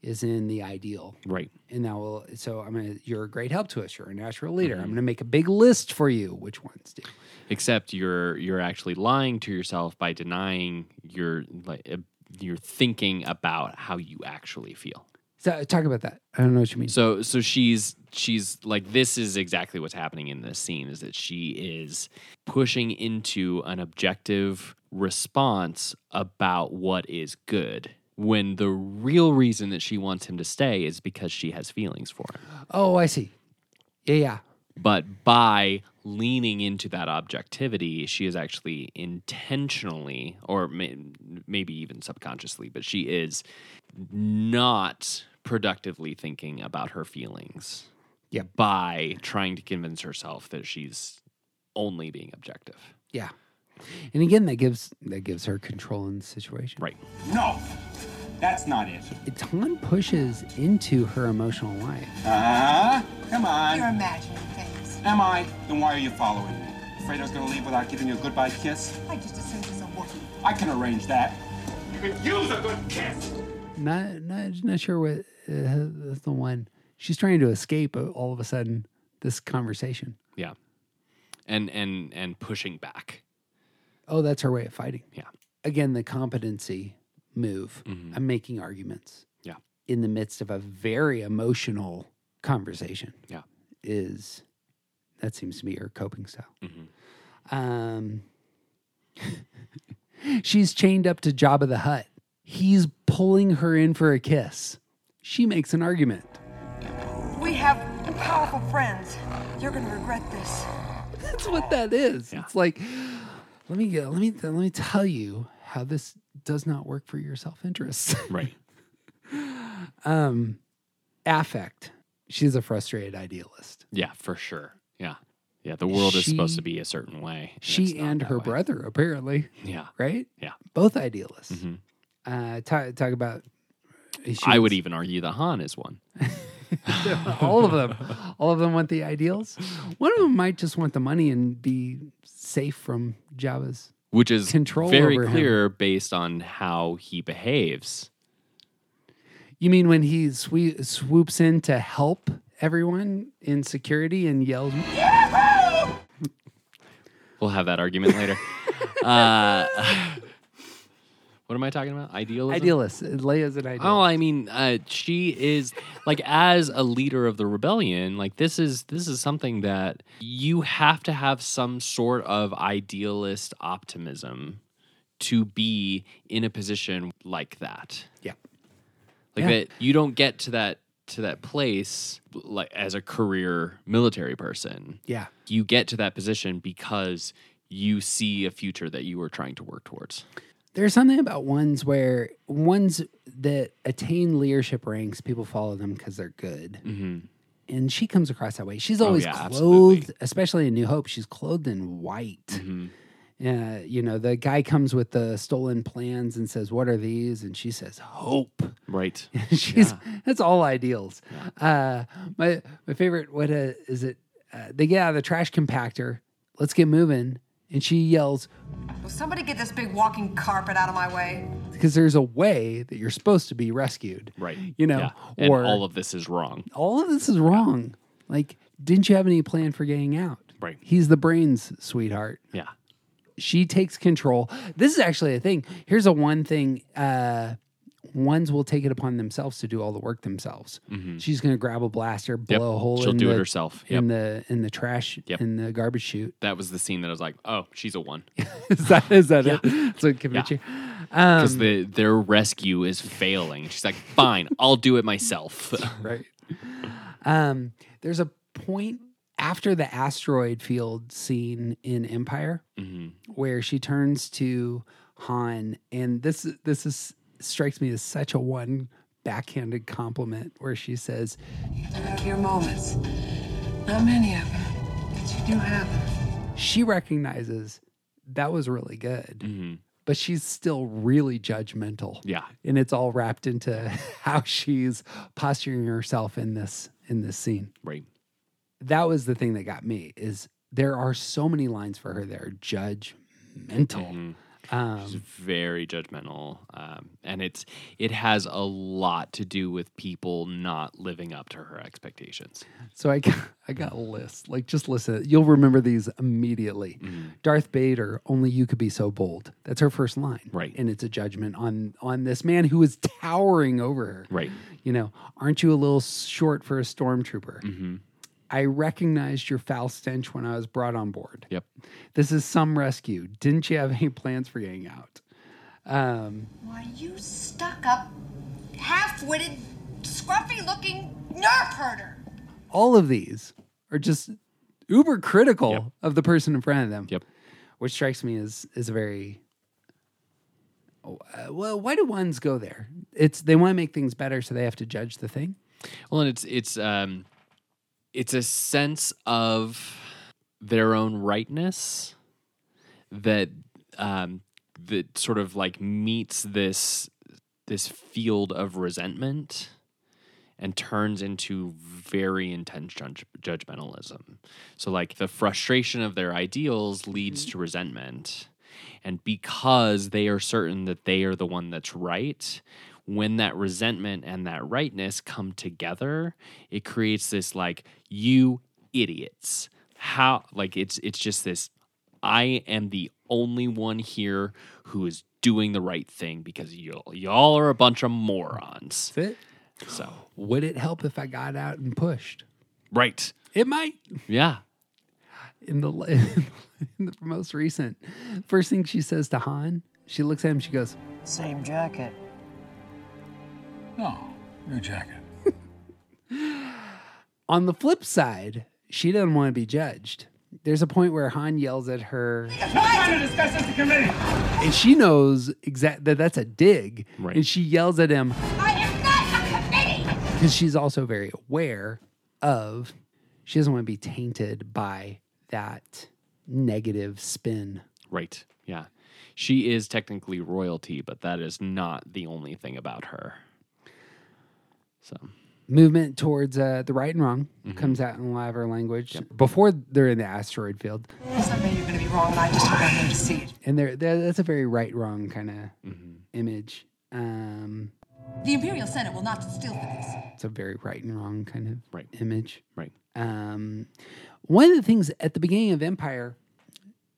[SPEAKER 1] is in the ideal.
[SPEAKER 2] Right.
[SPEAKER 1] And that will so I'm gonna you're a great help to us. You're a natural leader. I'm gonna make a big list for you which ones do.
[SPEAKER 2] Except you're you're actually lying to yourself by denying your like uh, you're thinking about how you actually feel.
[SPEAKER 1] So talk about that. I don't know what you mean.
[SPEAKER 2] So so she's she's like this is exactly what's happening in this scene is that she is pushing into an objective response about what is good when the real reason that she wants him to stay is because she has feelings for him.
[SPEAKER 1] Oh, I see. Yeah, yeah.
[SPEAKER 2] but by leaning into that objectivity she is actually intentionally or may, maybe even subconsciously but she is not productively thinking about her feelings
[SPEAKER 1] Yeah.
[SPEAKER 2] by trying to convince herself that she's only being objective
[SPEAKER 1] Yeah. And again, that gives that gives her control in the situation.
[SPEAKER 2] right
[SPEAKER 9] No, that's not it.
[SPEAKER 1] Ton pushes into her emotional life.
[SPEAKER 7] Uh-huh.
[SPEAKER 9] Uh huh. Come on.
[SPEAKER 8] You're imagining things.
[SPEAKER 9] Am I? Then why are you following me? Afraid I was gonna leave without giving you a goodbye kiss?
[SPEAKER 8] I just assumed it's a woman.
[SPEAKER 9] I can arrange that. You could use a good kiss.
[SPEAKER 1] Not not not sure what uh, that's the one. She's trying to escape uh, all of a sudden this conversation.
[SPEAKER 2] yeah and and and pushing back
[SPEAKER 1] Oh, that's her way of fighting.
[SPEAKER 2] Yeah. Mm-hmm.
[SPEAKER 1] Again, the competency move. I'm making arguments.
[SPEAKER 2] Yeah.
[SPEAKER 1] In the midst of a very emotional conversation.
[SPEAKER 2] Yeah.
[SPEAKER 1] Is that seems to be her coping style.
[SPEAKER 2] Mm-hmm.
[SPEAKER 1] Um, she's chained up to Jabba the Hutt. He's pulling her in for a kiss. She makes an argument.
[SPEAKER 6] We have powerful friends. You're gonna regret this.
[SPEAKER 1] That's what that is. It's like, let me go, let me let me tell you how this does not work for your self interest.
[SPEAKER 2] right
[SPEAKER 1] um, affect. She's a frustrated idealist.
[SPEAKER 2] yeah for sure yeah yeah the world is supposed
[SPEAKER 1] She-
[SPEAKER 2] to be a certain way and it's
[SPEAKER 1] She
[SPEAKER 2] not
[SPEAKER 1] and
[SPEAKER 2] that
[SPEAKER 1] her
[SPEAKER 2] way.
[SPEAKER 1] brother, apparently,
[SPEAKER 2] yeah
[SPEAKER 1] right?
[SPEAKER 2] Yeah. Mm-hmm.
[SPEAKER 1] Both idealists. Uh, talk, talk about.
[SPEAKER 2] i would
[SPEAKER 1] She's-
[SPEAKER 2] even argue the han is one
[SPEAKER 1] all of them all of them want the ideals one of them might just want the money and be safe from java's
[SPEAKER 2] which is
[SPEAKER 1] control
[SPEAKER 2] very
[SPEAKER 1] over him.
[SPEAKER 2] clear based on how he behaves.
[SPEAKER 1] you mean when he swe- swoops in to help everyone in security and yells
[SPEAKER 2] We'll have that argument later. uh, what am I talking about? Idealism.
[SPEAKER 1] idealist leia's an ideal
[SPEAKER 2] Oh, I mean, uh, she is like as a leader of the rebellion. Like this is this is something that you have to have some sort of idealist optimism to be in a position like that.
[SPEAKER 1] yeah
[SPEAKER 2] like
[SPEAKER 1] Yeah.
[SPEAKER 2] that you don't get to that to that place like as a career military person
[SPEAKER 1] yeah
[SPEAKER 2] you get to that position because you see a future that you are trying to work towards
[SPEAKER 1] there's something about ones where ones that attain leadership ranks people follow them because they're good and she comes across that way she's always
[SPEAKER 2] Mm-hmm. Oh, yeah, absolutely. Mm-hmm.
[SPEAKER 1] clothed especially in new hope she's clothed in white uh, you know the guy comes with the stolen plans and says what are these and she says hope
[SPEAKER 2] right
[SPEAKER 1] she's that's all ideals uh, my my favorite what uh, is it uh, they get out of the trash compactor let's get moving and she yells
[SPEAKER 6] Will somebody get this big walking carpet out of my way?
[SPEAKER 1] because there's a way that you're supposed to be rescued.
[SPEAKER 2] right
[SPEAKER 1] You know,
[SPEAKER 2] Yeah. and
[SPEAKER 1] or
[SPEAKER 2] all of this is wrong
[SPEAKER 1] all of this is wrong. Like, didn't you have any plan for getting out?
[SPEAKER 2] Right.
[SPEAKER 1] He's the brains, sweetheart.
[SPEAKER 2] yeah
[SPEAKER 1] She takes control. This is actually a thing. Here's a one thing. Uh, ones will take it upon themselves to do all the work themselves. She's going to grab a blaster, blow
[SPEAKER 2] Mm-hmm. Yep.
[SPEAKER 1] a hole.
[SPEAKER 2] She'll
[SPEAKER 1] in
[SPEAKER 2] do it
[SPEAKER 1] the-
[SPEAKER 2] herself.
[SPEAKER 1] in the in the trash
[SPEAKER 2] Yep.
[SPEAKER 1] in the garbage chute.
[SPEAKER 2] that was the scene that i was like oh she's a one
[SPEAKER 1] is that is that it? That's what convinced you.
[SPEAKER 2] because
[SPEAKER 1] Um,
[SPEAKER 2] the, their rescue is failing she's like fine i'll do it myself
[SPEAKER 1] right. Um, there's a point after the asteroid field scene in Empire where she turns to Han, and this this is strikes me as such a one backhanded compliment where she says,
[SPEAKER 6] You have your moments. Not many of them, but you do have them.
[SPEAKER 1] she recognizes that was really good. but she's still really judgmental.
[SPEAKER 2] Yeah.
[SPEAKER 1] And it's all wrapped into how she's posturing herself in this in this scene.
[SPEAKER 2] Right.
[SPEAKER 1] That was the thing that got me is there are so many lines for her that are judgmental.
[SPEAKER 2] Mm-hmm.
[SPEAKER 1] Um,
[SPEAKER 2] She's very judgmental, um, and it's it has a lot to do with people not living up to her expectations.
[SPEAKER 1] So I got, I got a list. Like just listen, you'll remember these immediately.
[SPEAKER 2] Mm-hmm.
[SPEAKER 1] Darth Vader, only you could be so bold. That's her first line,
[SPEAKER 2] Right.
[SPEAKER 1] And it's a judgment on on this man who is towering over her,
[SPEAKER 2] Right.
[SPEAKER 1] You know, aren't you a little short for a stormtrooper?
[SPEAKER 2] Mm-hmm.
[SPEAKER 1] I recognized your foul stench when I was brought on board.
[SPEAKER 2] Yep.
[SPEAKER 1] This is some rescue. Didn't you have any plans for getting out?
[SPEAKER 8] Why, you stuck up, half witted, scruffy looking nerve herder.
[SPEAKER 1] All of these are just uber critical
[SPEAKER 2] Yep.
[SPEAKER 1] of the person in front of them.
[SPEAKER 2] Yep.
[SPEAKER 1] which strikes me as is a very Oh, uh, well why do ones go there it's they want to make things better so they have to judge the thing
[SPEAKER 2] Well, and it's it's um, it's a sense of their own rightness that um, that sort of like meets this this field of resentment and turns into very intense judge- judgmentalism. So like the frustration of their ideals leads to resentment. And because they are certain that they are the one that's right, when that resentment and that rightness come together, it creates this like you idiots. How like it's it's just this I am the only one here who is doing the right thing because you y'all are a bunch of morons.
[SPEAKER 1] that's it
[SPEAKER 2] So,
[SPEAKER 1] would it help if i got out and pushed
[SPEAKER 2] right.
[SPEAKER 1] it might
[SPEAKER 2] Yeah.
[SPEAKER 1] in the, in the most recent first thing she says to han she looks at him she goes
[SPEAKER 10] Same jacket.
[SPEAKER 5] No, new jacket.
[SPEAKER 1] on the flip side she doesn't want to be judged there's a point where han yells at her
[SPEAKER 9] Trying to discuss this to committee.
[SPEAKER 1] and she knows exact that that's a dig
[SPEAKER 2] Right.
[SPEAKER 1] and she yells at him
[SPEAKER 8] I am not a committee!
[SPEAKER 1] because she's also very aware of she doesn't want to be tainted by that negative spin.
[SPEAKER 2] Right. Yeah. She is technically royalty, but that is not the only thing about her. So,
[SPEAKER 1] Movement towards uh, the right and wrong
[SPEAKER 2] Mm-hmm.
[SPEAKER 1] comes out in a lot of our language before they're in the asteroid field,
[SPEAKER 10] Someday you're gonna be wrong, and I just don't want you to see it.
[SPEAKER 1] and they're, they're- that's a very right wrong kind of
[SPEAKER 2] Mm-hmm.
[SPEAKER 1] image. Um,
[SPEAKER 8] The Imperial Senate will not still for this.
[SPEAKER 1] it's a very right and wrong kind of
[SPEAKER 2] Right.
[SPEAKER 1] image.
[SPEAKER 2] right.
[SPEAKER 1] Um, one of the things at the beginning of Empire,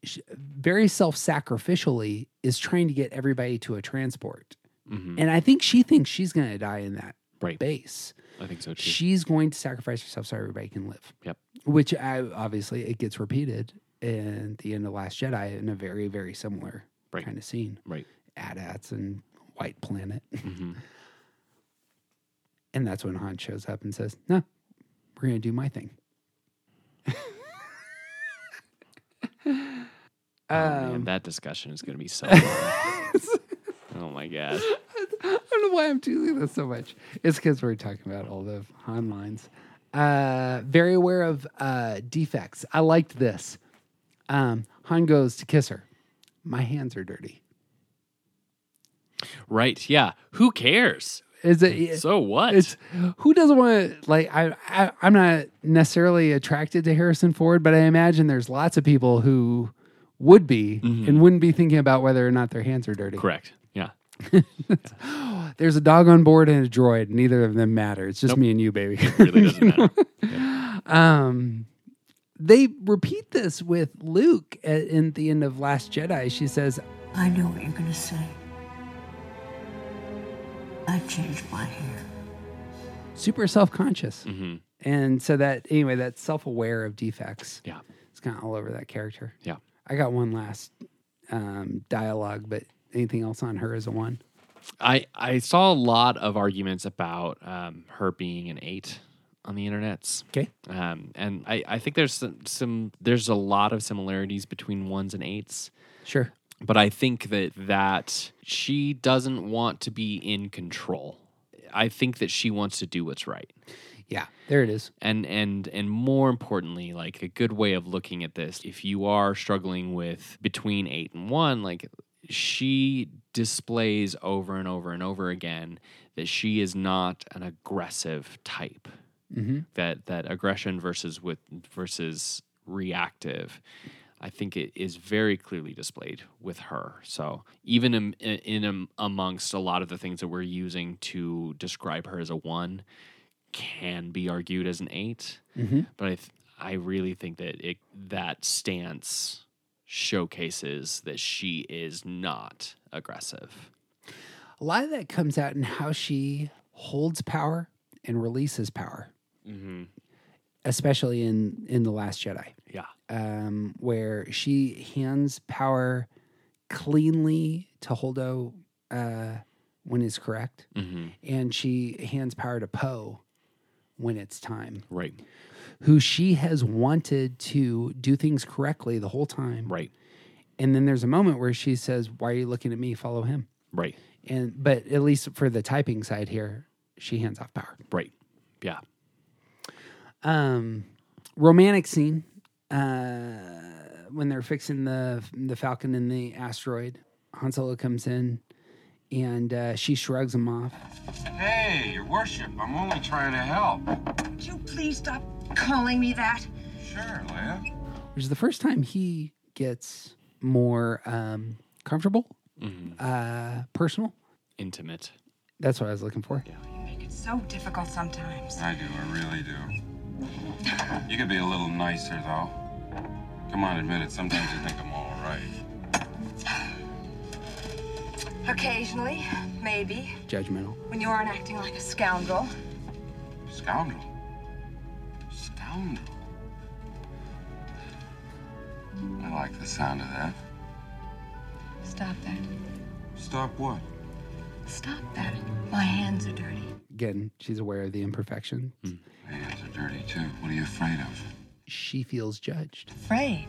[SPEAKER 1] sh- very self sacrificially, is trying to get everybody to a transport.
[SPEAKER 2] Mm-hmm. Hmm.
[SPEAKER 1] And I think she thinks she's going to die in that
[SPEAKER 2] Right.
[SPEAKER 1] base.
[SPEAKER 2] I think so too.
[SPEAKER 1] She's going to sacrifice herself so everybody can live,
[SPEAKER 2] Yep.
[SPEAKER 1] which I, obviously it gets repeated in the end of Last Jedi in a very, very similar
[SPEAKER 2] Right.
[SPEAKER 1] kind of scene.
[SPEAKER 2] Right. Mm-hmm.
[SPEAKER 1] AT-ATs and White Planet. And that's when Han shows up and says, No, we're going to do my thing.
[SPEAKER 2] oh,
[SPEAKER 1] Um,
[SPEAKER 2] man, that discussion is going to be so long. oh my gosh.
[SPEAKER 1] I don't know why I'm choosing this so much. It's because we're talking about all the Han lines. Uh, very aware of uh, defects. I liked this. Um, Han goes to kiss her. My hands are dirty.
[SPEAKER 2] Right. Yeah. Who cares?
[SPEAKER 1] Is it?
[SPEAKER 2] So what?
[SPEAKER 1] it's who doesn't want to like I, I i'm not necessarily attracted to harrison ford but i imagine there's lots of people who would be and wouldn't be thinking about whether or not their hands are dirty
[SPEAKER 2] Mm-hmm. Correct. Yeah.
[SPEAKER 1] there's a dog on board and a droid neither of them matter it's just me and you baby
[SPEAKER 2] Really doesn't matter.
[SPEAKER 1] they repeat this with luke at, in the end of last jedi she says
[SPEAKER 10] I know what you're gonna say. I changed my hair.
[SPEAKER 1] super self-conscious and so that anyway that's self-aware of defects
[SPEAKER 2] Yeah.
[SPEAKER 1] it's kind of all over that character
[SPEAKER 2] Yeah.
[SPEAKER 1] I got one last um, dialogue, but anything else on her is a one.
[SPEAKER 2] I I saw a lot of arguments about um, her being an eight on the internets.
[SPEAKER 1] Okay.
[SPEAKER 2] Um, and I, I think there's some, some there's a lot of similarities between ones and eights,
[SPEAKER 1] Sure.
[SPEAKER 2] but I think that that she doesn't want to be in control. I think that she wants to do what's right
[SPEAKER 1] Yeah. There it is.
[SPEAKER 2] and and and more importantly like a good way of looking at this if you are struggling with between 8 and 1 like she displays over and over and over again that she is not an aggressive type. That that aggression versus with versus reactive, I think it is very clearly displayed with her. So even in, in am- amongst a lot of the things that we're using to describe her as a one, can be argued as an 8 but I th- I really think that it that stance showcases that she is not aggressive.
[SPEAKER 1] A lot of that comes out in how she holds power and releases power, Mm-hmm. especially in in the Last Jedi,
[SPEAKER 2] Yeah,
[SPEAKER 1] um, where she hands power cleanly to Holdo uh, when it's correct, and she hands power to Poe when it's time.
[SPEAKER 2] right,
[SPEAKER 1] Who she has wanted to do things correctly the whole time,
[SPEAKER 2] right,
[SPEAKER 1] and then there's a moment where she says, "Why are you looking at me? Follow him."
[SPEAKER 2] right,
[SPEAKER 1] and but at least for the typing side here she hands off power
[SPEAKER 2] right. Yeah,
[SPEAKER 1] um romantic scene uh when they're fixing the the falcon and the asteroid han solo comes in and uh, she shrugs him off
[SPEAKER 7] Hey, your worship, I'm only trying to help.
[SPEAKER 8] Would you please stop calling me that?
[SPEAKER 7] Sure, Leia.
[SPEAKER 1] which is the first time he gets more um comfortable uh personal
[SPEAKER 2] intimate.
[SPEAKER 1] that's what i was looking for
[SPEAKER 8] You make it so difficult sometimes.
[SPEAKER 7] I do, I really do. You could be a little nicer, though. Come on, admit it. Sometimes you think I'm all right.
[SPEAKER 8] Occasionally, maybe,
[SPEAKER 1] judgmental
[SPEAKER 8] when you aren't acting like a scoundrel.
[SPEAKER 7] Scoundrel. Scoundrel. I like the sound of that.
[SPEAKER 8] Stop that.
[SPEAKER 7] Stop what?
[SPEAKER 8] Stop that. My hands are dirty.
[SPEAKER 1] again she's aware of the imperfection
[SPEAKER 7] My hands are dirty, too. What are you afraid of?
[SPEAKER 1] she feels judged
[SPEAKER 8] Afraid.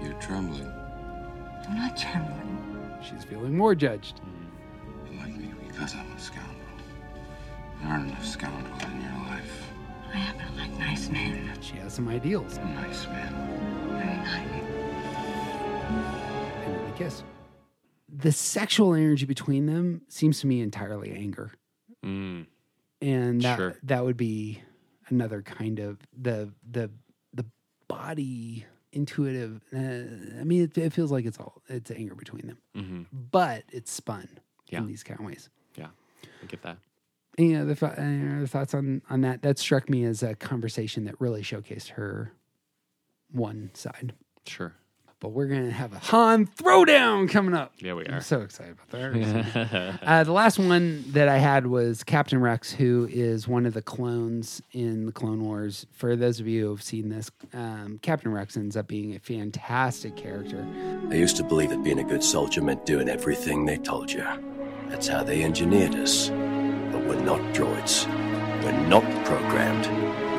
[SPEAKER 7] You're trembling.
[SPEAKER 8] I'm not trembling.
[SPEAKER 1] she's feeling more judged
[SPEAKER 7] You like me because I'm a scoundrel. There aren't enough scoundrels in your life.
[SPEAKER 8] I happen to like nice men.
[SPEAKER 1] she has some ideals
[SPEAKER 7] Nice man.
[SPEAKER 8] Very nice.
[SPEAKER 1] and then they kiss. The sexual energy between them seems to me entirely anger,
[SPEAKER 2] Mm,
[SPEAKER 1] and that
[SPEAKER 2] Sure.
[SPEAKER 1] that would be another kind of the the the body intuitive. Uh, I mean, it, it feels like it's all it's anger between them,
[SPEAKER 2] mhm.
[SPEAKER 1] but it's spun
[SPEAKER 2] Yeah.
[SPEAKER 1] in these kind of ways.
[SPEAKER 2] Yeah, I get that.
[SPEAKER 1] Any other, thou- any other thoughts on on that? That struck me as a conversation that really showcased her one side.
[SPEAKER 2] Sure.
[SPEAKER 1] But we're gonna have a Han throwdown coming up.
[SPEAKER 2] Yeah, we
[SPEAKER 1] I'm
[SPEAKER 2] are.
[SPEAKER 1] so excited about that. Uh, the last one that I had was Captain Rex, who is one of the clones in the Clone Wars. For those of you who have seen this, um, Captain Rex ends up being a fantastic character.
[SPEAKER 11] They used to believe that being a good soldier meant doing everything they told you. That's how they engineered us. But we're not droids. We're not programmed.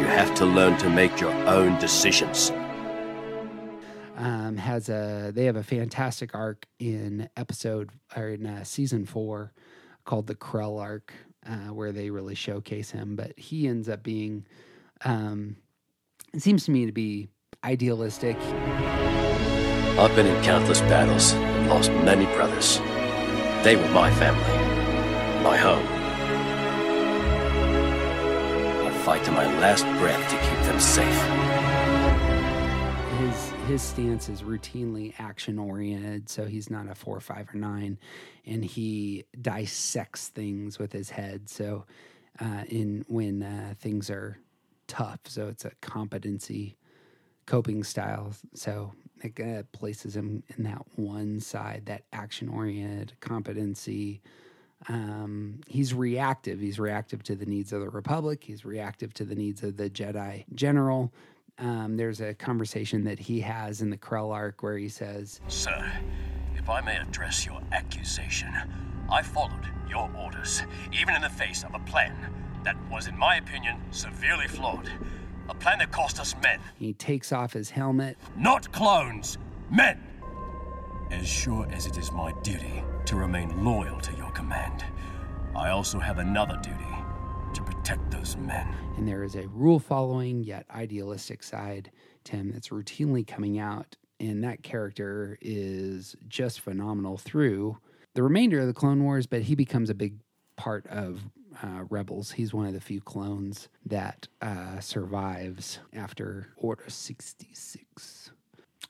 [SPEAKER 11] You have to learn to make your own decisions.
[SPEAKER 1] Um, has a they have a fantastic arc in episode or in uh, season four called the Krell arc, uh, where they really showcase him. But he ends up being, um, it seems to me to be idealistic.
[SPEAKER 11] I've been in countless battles and lost many brothers. They were my family, my home. I'll fight to my last breath to keep them safe.
[SPEAKER 1] his his stance is routinely action oriented so he's not a four five or nine and he dissects things with his head so uh, in when uh, things are tough so it's a competency coping style so it kind of places him in that one side that action oriented competency um, he's reactive. He's reactive to the needs of the Republic. He's reactive to the needs of the Jedi General. Um, there's a conversation that he has in the Krell arc where he says,
[SPEAKER 11] Sir, if I may address your accusation, I followed your orders, even in the face of a plan that was, in my opinion, severely flawed. A plan that cost us men,
[SPEAKER 1] he takes off his helmet.
[SPEAKER 11] not clones, men! As sure as it is my duty to remain loyal to your command, I also have another duty to protect those men.
[SPEAKER 1] And there is a rule following yet idealistic side to him that's routinely coming out and that character is just phenomenal through the remainder of the Clone Wars, but he becomes a big part of uh, Rebels. He's one of the few clones that uh, survives after Order 66.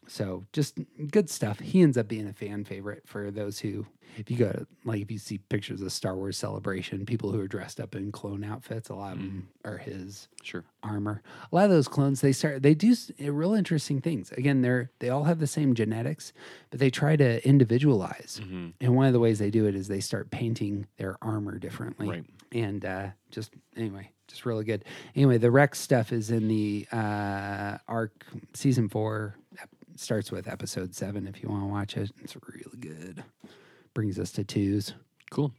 [SPEAKER 1] So just good stuff. He ends up being a fan favorite for those who, if you go to, like, if you see pictures of Star Wars Celebration, people who are dressed up in clone outfits, a lot of them are his
[SPEAKER 2] sure
[SPEAKER 1] armor. A lot of those clones, they start, they do s- eh, real interesting things. Again, they're, they all have the same genetics, but they try to individualize. And one of the ways they do it is they start painting their armor differently.
[SPEAKER 2] Right.
[SPEAKER 1] And uh, just, anyway, just really good. Anyway, the Rex stuff is in the uh, arc season four, ep- starts with episode seven if you want to watch it. It's really good. Brings us to twos.
[SPEAKER 2] Cool.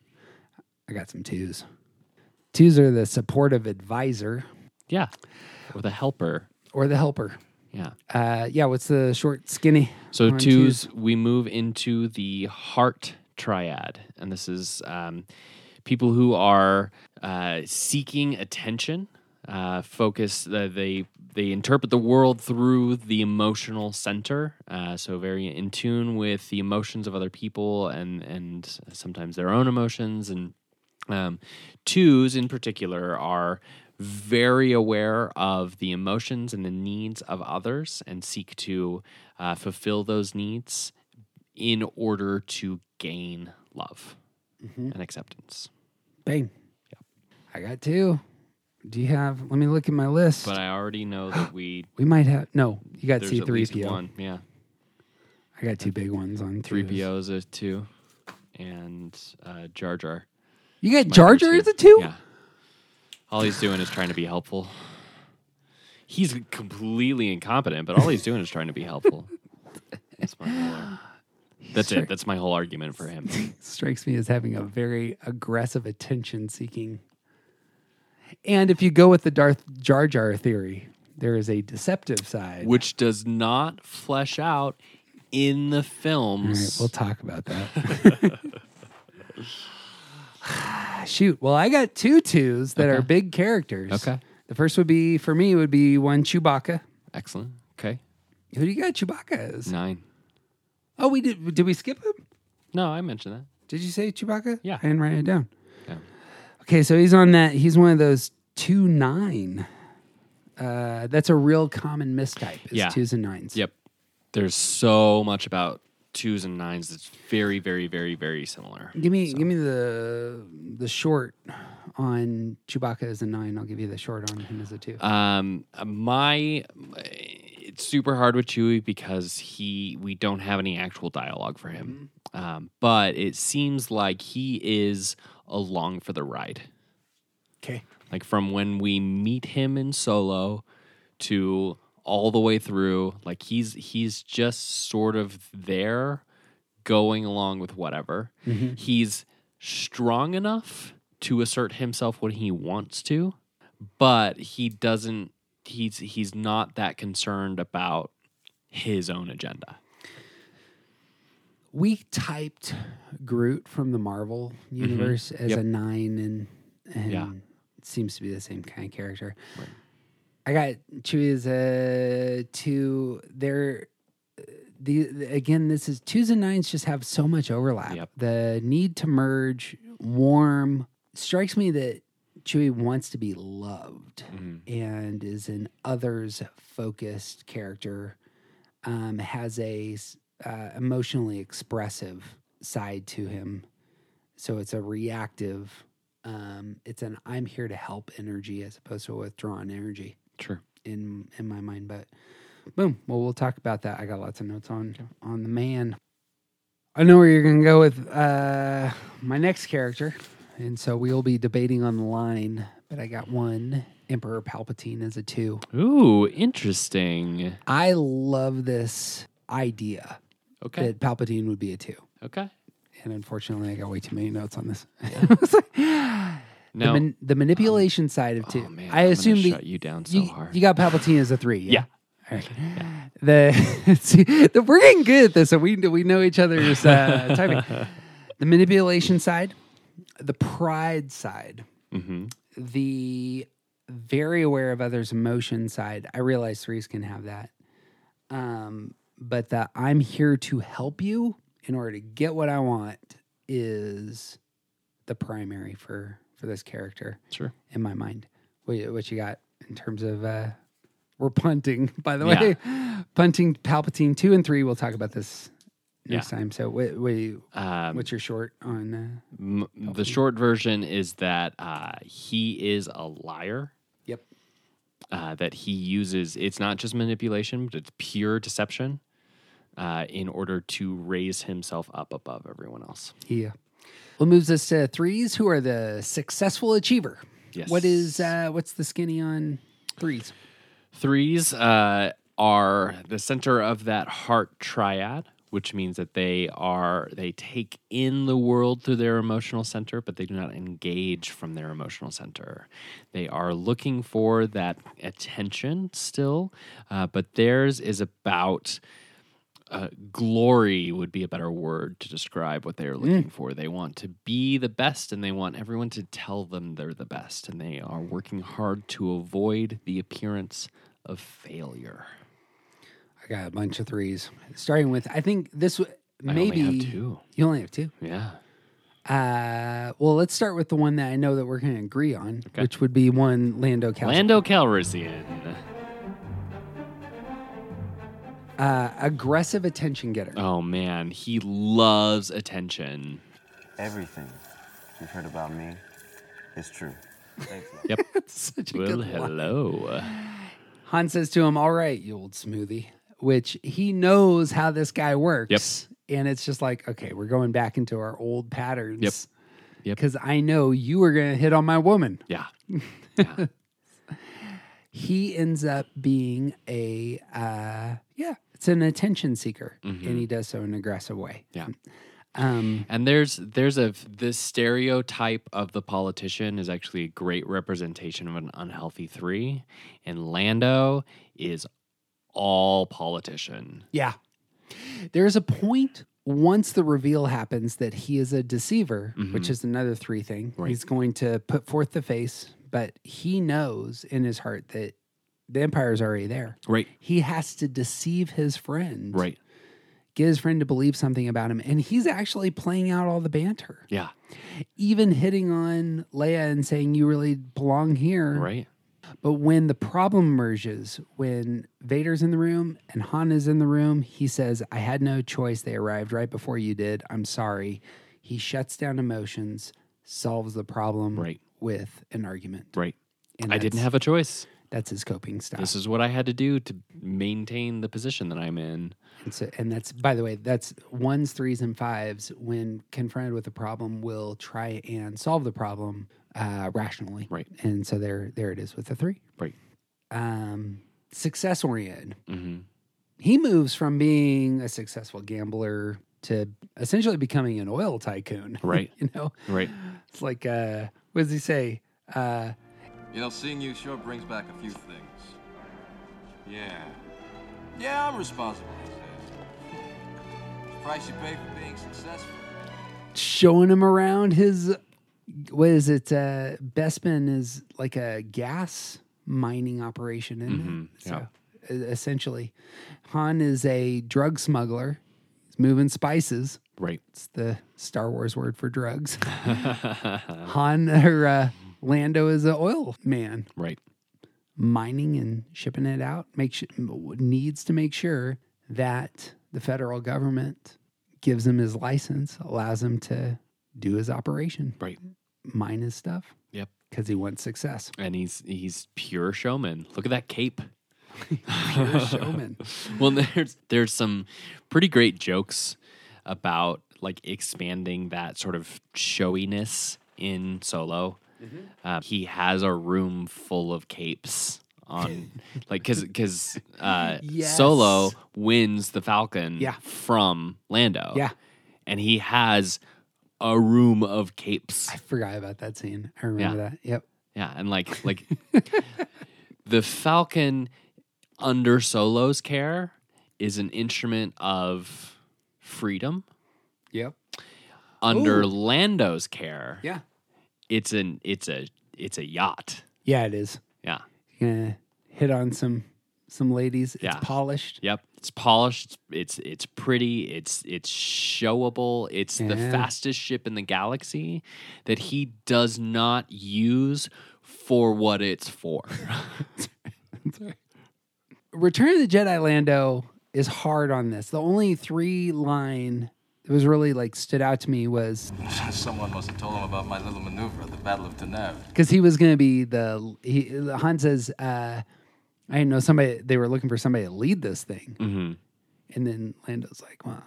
[SPEAKER 1] I got some twos. Twos are the supportive advisor
[SPEAKER 2] Yeah. Or the helper.
[SPEAKER 1] or the helper.
[SPEAKER 2] Yeah.
[SPEAKER 1] Uh, yeah, what's the short, skinny?
[SPEAKER 2] So
[SPEAKER 1] on
[SPEAKER 2] twos, we move into the heart triad, and this is um, people who are uh, seeking attention. Uh, focus. Uh, they they interpret the world through the emotional center. Uh, so very in tune with the emotions of other people, and and sometimes their own emotions and um, twos in particular are very aware of the emotions and the needs of others and seek to uh, fulfill those needs in order to gain love and acceptance.
[SPEAKER 1] Bang. I got two. Do you have? Let me look at my list.
[SPEAKER 2] But I already know that we
[SPEAKER 1] we might have. No, you got
[SPEAKER 2] there's at least
[SPEAKER 1] C3PO.
[SPEAKER 2] one. Yeah,
[SPEAKER 1] I got two big ones on
[SPEAKER 2] three
[SPEAKER 1] three.
[SPEAKER 2] POs a two, and uh, Jar Jar.
[SPEAKER 1] You got
[SPEAKER 2] Might
[SPEAKER 1] Jar
[SPEAKER 2] be
[SPEAKER 1] Jar
[SPEAKER 2] two.
[SPEAKER 1] as a two?
[SPEAKER 2] Yeah. All he's doing is trying to be helpful. He's completely incompetent, but all he's doing is trying to be helpful. That's my whole ar- That's
[SPEAKER 1] Sorry.
[SPEAKER 2] it. That's my whole argument for him.
[SPEAKER 1] Strikes me as having a very aggressive attention seeking. And if you go with the Darth Jar Jar theory, there is a deceptive side.
[SPEAKER 2] Which does not flesh out in the
[SPEAKER 1] All
[SPEAKER 2] films.
[SPEAKER 1] right, we'll talk about that. Shoot. Well, I got two twos that are
[SPEAKER 2] Okay.
[SPEAKER 1] big characters.
[SPEAKER 2] Okay.
[SPEAKER 1] The first would be for me would be one Chewbacca.
[SPEAKER 2] Excellent. Okay.
[SPEAKER 1] Who do you got Chewbacca as?
[SPEAKER 2] Nine.
[SPEAKER 1] Oh, we did. Did we skip him?
[SPEAKER 2] No, I mentioned that.
[SPEAKER 1] Did you say Chewbacca?
[SPEAKER 2] Yeah.
[SPEAKER 1] I didn't write it down.
[SPEAKER 2] Yeah.
[SPEAKER 1] Okay, so he's on that. He's one of those two nine. Uh, that's a real common mistype. Is
[SPEAKER 2] Yeah.
[SPEAKER 1] twos and nines.
[SPEAKER 2] Yep. There's so much about twos and nines that's very, very, very, very similar.
[SPEAKER 1] Give me, give me the the short on Chewbacca as a nine. I'll give you the short on him as a two.
[SPEAKER 2] Um, my it's super hard with Chewie because he we don't have any actual dialogue for him. Um, but it seems like he is along for the ride.
[SPEAKER 1] Okay.
[SPEAKER 2] Like from when we meet him in Solo to all the way through, like he's he's just sort of there going along with whatever. He's strong enough to assert himself when he wants to, but he doesn't he's he's not that concerned about his own agenda.
[SPEAKER 1] we typed Groot from the Marvel universe as
[SPEAKER 2] Mm-hmm. Yep.
[SPEAKER 1] a nine, and and
[SPEAKER 2] Yeah.
[SPEAKER 1] it seems to be the same kind of character. I got Chewie as a two. There, the the- again, this is twos and nines just have so much overlap.
[SPEAKER 2] Yep.
[SPEAKER 1] The need to merge, warm strikes me that Chewie wants to be loved
[SPEAKER 2] Mm-hmm.
[SPEAKER 1] and is an others focused character um, has a s- uh, emotionally expressive side to him. So it's a reactive. Um, it's an I'm here to help energy as opposed to a withdrawn energy
[SPEAKER 2] Sure.
[SPEAKER 1] in in my mind. But boom. Well, we'll talk about that. I got lots of notes on on the man. I know where you're going to go with uh, my next character, and so we'll be debating on the line. But I got one Emperor Palpatine as a two.
[SPEAKER 2] Ooh, interesting.
[SPEAKER 1] I love this idea
[SPEAKER 2] Okay.
[SPEAKER 1] that Palpatine would be a two.
[SPEAKER 2] Okay.
[SPEAKER 1] And unfortunately, I got way too many notes on this. the,
[SPEAKER 2] Now,
[SPEAKER 1] man- the manipulation side of two.
[SPEAKER 2] oh man,
[SPEAKER 1] I
[SPEAKER 2] I'm gonna
[SPEAKER 1] assume the,
[SPEAKER 2] shut you down so
[SPEAKER 1] you,
[SPEAKER 2] hard.
[SPEAKER 1] you got Palpatine as a three. Yeah.
[SPEAKER 2] Yeah.
[SPEAKER 1] All right. The, see, the we're getting good at this, and we we know each other's uh, typing. The manipulation side, the pride side,
[SPEAKER 2] Mhm.
[SPEAKER 1] the very aware of others' emotion side. I realize threes can have that. Um, but that I'm here to help you in order to get what I want is the primary for for this character.
[SPEAKER 2] Sure.
[SPEAKER 1] In my mind, what, you- what you got in terms of uh, we're punting. By the
[SPEAKER 2] Yeah.
[SPEAKER 1] way, punting Palpatine two and three. We'll talk about this next
[SPEAKER 2] Yeah.
[SPEAKER 1] time. So wait, wait
[SPEAKER 2] Um,
[SPEAKER 1] what's your short on? Uh,
[SPEAKER 2] M- the short version is that uh, he is a liar.
[SPEAKER 1] Yep.
[SPEAKER 2] Uh, that he uses, it's not just manipulation, but it's pure deception uh, in order to raise himself up above everyone else.
[SPEAKER 1] Yeah. uh, What moves us to threes? Who are the successful achiever?
[SPEAKER 2] Yes.
[SPEAKER 1] What is uh what's the skinny on threes?
[SPEAKER 2] Threes uh, are the center of that heart triad, which means that they are they take in the world through their emotional center, but they do not engage from their emotional center. They are looking for that attention still, uh, but theirs is about. Uh, glory would be a better word to describe what they are looking for. They want to be the best and they want everyone to tell them they're the best. And they are working hard to avoid the appearance of failure.
[SPEAKER 1] I got a bunch of threes. Starting with I think this w-
[SPEAKER 2] I only
[SPEAKER 1] maybe
[SPEAKER 2] have two.
[SPEAKER 1] You only have two.
[SPEAKER 2] Yeah.
[SPEAKER 1] Uh well let's start with the one that I know that we're gonna agree on, which would be one Lando Calrissian.
[SPEAKER 2] Lando Calrissian.
[SPEAKER 1] uh aggressive attention getter.
[SPEAKER 2] Oh man, he loves attention.
[SPEAKER 12] Everything you've heard about me is true. Thank you.
[SPEAKER 2] Yep.
[SPEAKER 1] Such a
[SPEAKER 2] well,
[SPEAKER 1] good line.
[SPEAKER 2] hello.
[SPEAKER 1] Han says to him, All right, you old smoothie, which he knows how this guy works. And it's just like, okay, we're going back into our old patterns.
[SPEAKER 2] Yep. Yep.
[SPEAKER 1] Because I know you were going to hit on my woman.
[SPEAKER 2] Yeah.
[SPEAKER 1] he ends up being a, uh, yeah, it's an attention seeker. And he does so in an aggressive way.
[SPEAKER 2] Mm-hmm. Yeah.
[SPEAKER 1] Um,
[SPEAKER 2] And there's there's a the stereotype of the politician is actually a great representation of an unhealthy three, and Lando is all politician.
[SPEAKER 1] yeah. There's a point once the reveal happens that he is a deceiver, which
[SPEAKER 2] Mhm.
[SPEAKER 1] is another three thing.
[SPEAKER 2] Right.
[SPEAKER 1] He's going to put forth the face, but he knows in his heart that the empire's already there.
[SPEAKER 2] Right.
[SPEAKER 1] He has to deceive his friend,
[SPEAKER 2] Right.
[SPEAKER 1] get his friend to believe something about him. And he's actually playing out all the banter,
[SPEAKER 2] Yeah.
[SPEAKER 1] even hitting on Leia and saying, You really belong here.
[SPEAKER 2] Right.
[SPEAKER 1] But when the problem emerges, when Vader's in the room and Han is in the room, he says, I had no choice. They arrived right before you did. I'm sorry. He shuts down emotions, solves the problem
[SPEAKER 2] Right.
[SPEAKER 1] with an argument.
[SPEAKER 2] Right.
[SPEAKER 1] And
[SPEAKER 2] I didn't
[SPEAKER 1] that's-
[SPEAKER 2] have a choice.
[SPEAKER 1] That's his coping style.
[SPEAKER 2] This is what I had to do to maintain the position that I'm in.
[SPEAKER 1] And, so, and that's, by the way, that's ones, threes, and fives when confronted with a problem will try and solve the problem uh, rationally.
[SPEAKER 2] Right.
[SPEAKER 1] And so there, there it is with the three.
[SPEAKER 2] Right.
[SPEAKER 1] Um, success oriented.
[SPEAKER 2] Mm-hmm.
[SPEAKER 1] he moves from being a successful gambler to essentially becoming an oil tycoon.
[SPEAKER 2] Right.
[SPEAKER 1] you know,
[SPEAKER 2] Right.
[SPEAKER 1] it's like, uh, what does he say? Uh,
[SPEAKER 13] You know, seeing you sure brings back a few things.
[SPEAKER 7] Yeah.
[SPEAKER 13] Yeah, I'm responsible. he says. The price you pay for being successful.
[SPEAKER 1] showing him around his, what is it? Uh, Bestman is like a gas mining operation. Isn't
[SPEAKER 2] Mhm,
[SPEAKER 1] it?
[SPEAKER 2] yeah.
[SPEAKER 1] So e- essentially, Han is a drug smuggler. He's moving spices.
[SPEAKER 2] Right.
[SPEAKER 1] It's the Star Wars word for drugs. Han or uh, Lando is an oil man.
[SPEAKER 2] Right.
[SPEAKER 1] mining and shipping it out makes needs to make sure that the federal government gives him his license, allows him to do his operation,
[SPEAKER 2] right?
[SPEAKER 1] Mine his stuff
[SPEAKER 2] Yep.
[SPEAKER 1] because he wants success.
[SPEAKER 2] And he's he's pure showman. Look at that cape.
[SPEAKER 1] Pure showman.
[SPEAKER 2] well, there's there's some pretty great jokes about like expanding that sort of showiness in Solo.
[SPEAKER 1] Mm-hmm.
[SPEAKER 2] Uh, he has a room full of capes on, like, because because uh,
[SPEAKER 1] Yes.
[SPEAKER 2] Solo wins the Falcon
[SPEAKER 1] Yeah.
[SPEAKER 2] from Lando.
[SPEAKER 1] Yeah.
[SPEAKER 2] and he has a room of capes.
[SPEAKER 1] I forgot about that scene. I remember
[SPEAKER 2] Yeah.
[SPEAKER 1] that. Yep.
[SPEAKER 2] Yeah, and like like the Falcon under Solo's care is an instrument of freedom.
[SPEAKER 1] Yep.
[SPEAKER 2] Under
[SPEAKER 1] Ooh.
[SPEAKER 2] Lando's care,
[SPEAKER 1] Yeah.
[SPEAKER 2] it's an it's a it's a yacht.
[SPEAKER 1] Yeah, it is.
[SPEAKER 2] Yeah.
[SPEAKER 1] Gonna hit on some some ladies. It's
[SPEAKER 2] Yeah.
[SPEAKER 1] polished.
[SPEAKER 2] Yep, it's polished. It's it's pretty. It's it's showable. It's the
[SPEAKER 1] Yeah.
[SPEAKER 2] fastest ship in the galaxy that he does not use for what it's for.
[SPEAKER 1] Return of the Jedi Lando is hard on this. The only three line that was really like stood out to me was
[SPEAKER 13] Someone must have told him about my little maneuver at the Battle of Tanab.
[SPEAKER 1] because he was going to be the he, Han says, uh, "I didn't know somebody. They were looking for somebody to lead this thing."
[SPEAKER 2] Mm-hmm.
[SPEAKER 1] And then Lando's like, "Wow,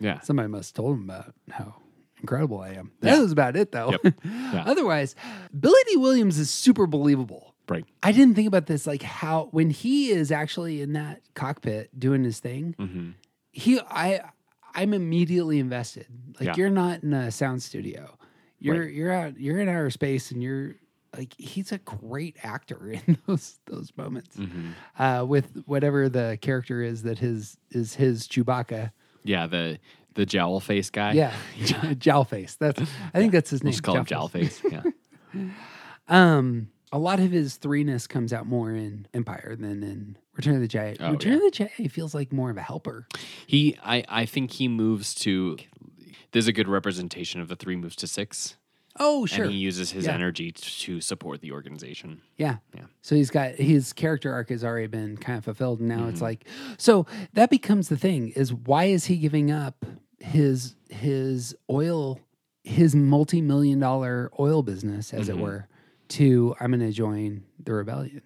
[SPEAKER 2] Yeah.
[SPEAKER 1] somebody must have told him about how incredible I am." That was about it, though. Otherwise, Billy D. Williams is super believable.
[SPEAKER 2] Right.
[SPEAKER 1] I didn't think about this, like how when he is actually in that cockpit doing his thing,
[SPEAKER 2] Mm-hmm.
[SPEAKER 1] he I I'm immediately invested. Like
[SPEAKER 2] Yeah.
[SPEAKER 1] you're not in a sound studio. You're you're out you're in outer space and you're like he's a great actor in those those moments.
[SPEAKER 2] Mm. Mm-hmm.
[SPEAKER 1] Uh with whatever the character is that his is his Chewbacca.
[SPEAKER 2] Yeah, the the jowl face guy.
[SPEAKER 1] yeah. Jowlface. That's I think that's his
[SPEAKER 2] We'll
[SPEAKER 1] name.
[SPEAKER 2] just call him
[SPEAKER 1] Jowlface.
[SPEAKER 2] Jowlface,
[SPEAKER 1] um a lot of his threeness comes out more in Empire than in Return of the Jedi.
[SPEAKER 2] Oh,
[SPEAKER 1] Return of the Jedi feels like more of a helper.
[SPEAKER 2] He, I, I think he moves to. There's a good representation of the three moves to six.
[SPEAKER 1] Oh, sure.
[SPEAKER 2] And he uses his
[SPEAKER 1] Yeah.
[SPEAKER 2] energy to support the organization.
[SPEAKER 1] Yeah.
[SPEAKER 2] Yeah.
[SPEAKER 1] So he's got his character arc has already been kind of fulfilled. And now it's like, so that becomes the thing is why is he giving up his, his oil, his multi million dollar oil business, as
[SPEAKER 2] Mhm.
[SPEAKER 1] it were, to I'm going to join the rebellion?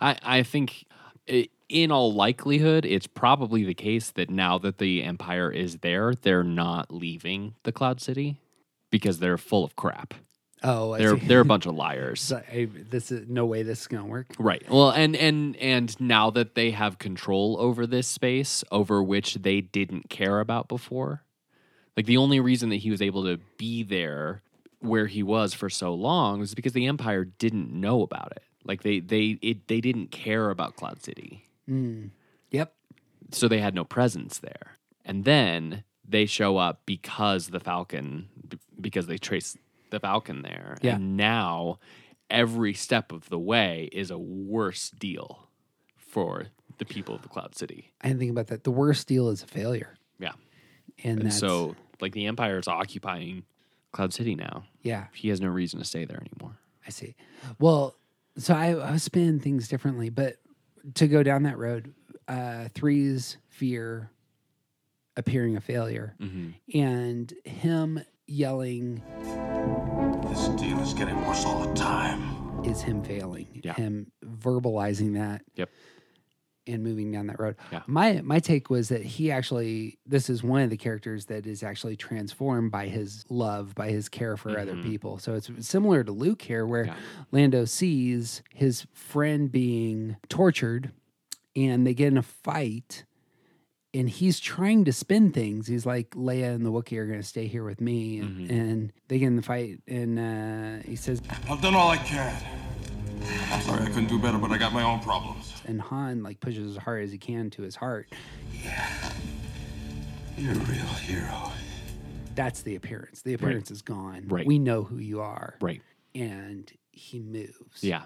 [SPEAKER 2] I, I think i- in all likelihood, it's probably the case that now that the Empire is there, they're not leaving the Cloud City because they're full of crap.
[SPEAKER 1] Oh, I
[SPEAKER 2] they're
[SPEAKER 1] see.
[SPEAKER 2] they're a bunch of liars.
[SPEAKER 1] So I, this is no way this is going to work.
[SPEAKER 2] Right. Well, and and and now that they have control over this space over which they didn't care about before. Like the only reason that he was able to be there where he was for so long was because the empire didn't know about it. Like they they it they didn't care about Cloud City.
[SPEAKER 1] Mm. Yep.
[SPEAKER 2] So they had no presence there. And then they show up because the Falcon b- because they trace the Falcon there.
[SPEAKER 1] Yeah.
[SPEAKER 2] And now every step of the way is a worse deal for the people of the Cloud City.
[SPEAKER 1] I didn't think about that. The worst deal is a failure.
[SPEAKER 2] Yeah.
[SPEAKER 1] And,
[SPEAKER 2] And
[SPEAKER 1] that's,
[SPEAKER 2] so like the Empire is occupying Cloud City now.
[SPEAKER 1] yeah.
[SPEAKER 2] He has no reason to stay there anymore.
[SPEAKER 1] I see. Well, so I, I was spinning things differently, but to go down that road, uh, three's fear appearing a failure and him yelling
[SPEAKER 9] This deal is getting worse all the time.
[SPEAKER 1] is him failing, him verbalizing that.
[SPEAKER 2] Yep.
[SPEAKER 1] And moving down that road. My my take was that he actually this is one of the characters that is actually transformed by his love, by his care for other people. So it's similar to Luke here where Lando sees his friend being tortured and they get in a fight and he's trying to spin things. He's like, Leia and the Wookiee are going to stay here with me. And,
[SPEAKER 2] Mm-hmm.
[SPEAKER 1] and they get in the fight, and uh, he says,
[SPEAKER 9] I've done all I can. I'm sorry I couldn't do better, but I got my own problems.
[SPEAKER 1] and Han like pushes as hard as he can to his heart.
[SPEAKER 9] You're a real hero.
[SPEAKER 1] That's the appearance. The appearance is gone.
[SPEAKER 2] Right.
[SPEAKER 1] We know who you are.
[SPEAKER 2] Right.
[SPEAKER 1] And he moves.
[SPEAKER 2] Yeah.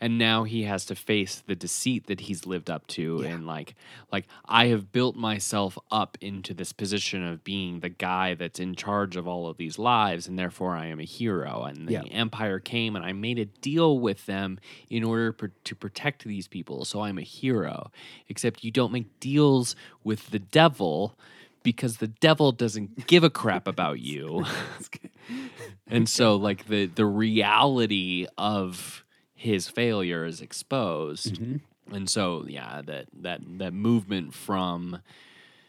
[SPEAKER 2] And now he has to face the deceit that he's lived up to and like like I have built myself up into this position of being the guy that's in charge of all of these lives and therefore I am a hero and the
[SPEAKER 1] Yeah.
[SPEAKER 2] empire came and I made a deal with them in order pr- to protect these people so I'm a hero except you don't make deals with the devil because the devil doesn't give a crap about you. and so like the the reality of his failure is exposed
[SPEAKER 1] Mm-hmm.
[SPEAKER 2] and so yeah that that that movement from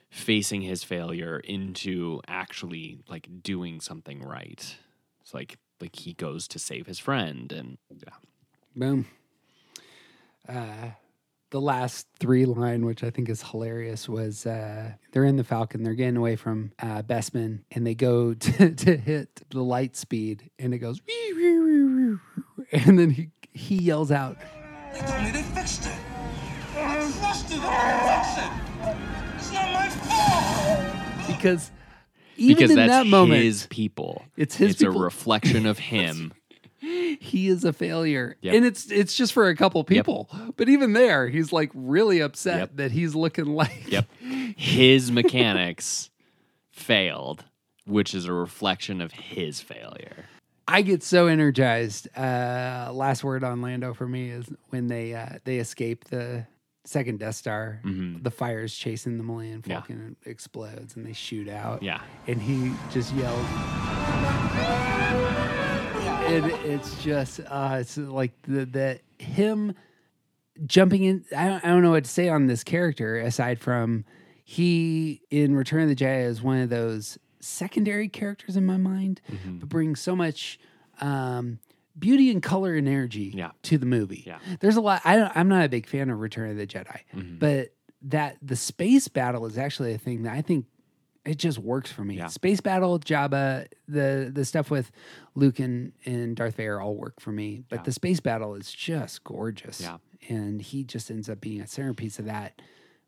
[SPEAKER 2] facing his failure into actually like doing something right it's like like he goes to save his friend and yeah
[SPEAKER 1] Boom. Uh, the last three line, which I think is hilarious, was uh, they're in the Falcon. They're getting away from uh, Bestman, and they go to, to hit the light speed, and it goes, and then he he yells out,
[SPEAKER 9] They told me they fixed it. I trusted them to fix it. It's not my fault.
[SPEAKER 1] because even
[SPEAKER 2] because
[SPEAKER 1] in
[SPEAKER 2] that's
[SPEAKER 1] that moment,
[SPEAKER 2] his people
[SPEAKER 1] It's his
[SPEAKER 2] it's
[SPEAKER 1] people.
[SPEAKER 2] a reflection of him
[SPEAKER 1] he is a failure.
[SPEAKER 2] Yep.
[SPEAKER 1] And it's it's just for a couple people. But even there, he's like really upset
[SPEAKER 2] Yep.
[SPEAKER 1] that he's looking like
[SPEAKER 2] Yep. His mechanics failed, which is a reflection of his failure.
[SPEAKER 1] I get so energized. Uh last word on Lando for me is when they uh they escape the second Death Star,
[SPEAKER 2] Mhm.
[SPEAKER 1] the fire's chasing the Millennium
[SPEAKER 2] Yeah.
[SPEAKER 1] Falcon and it explodes and they shoot out.
[SPEAKER 2] Yeah.
[SPEAKER 1] And he just yells and it's just uh it's like the the him jumping in I don't, I don't know what to say on this character aside from he in return of the jedi is one of those secondary characters in my mind
[SPEAKER 2] Mm-hmm.
[SPEAKER 1] but brings so much um beauty and color and energy to the movie
[SPEAKER 2] Yeah.
[SPEAKER 1] there's a lot i don't i'm not a big fan of return of the jedi
[SPEAKER 2] Mhm.
[SPEAKER 1] but that the space battle is actually a thing that i think it just works for me. Space battle, Jabba, the the stuff with Luke and, and Darth Vader all work for me. But
[SPEAKER 2] Yeah.
[SPEAKER 1] the space battle is just gorgeous.
[SPEAKER 2] Yeah.
[SPEAKER 1] And he just ends up being a centerpiece of that.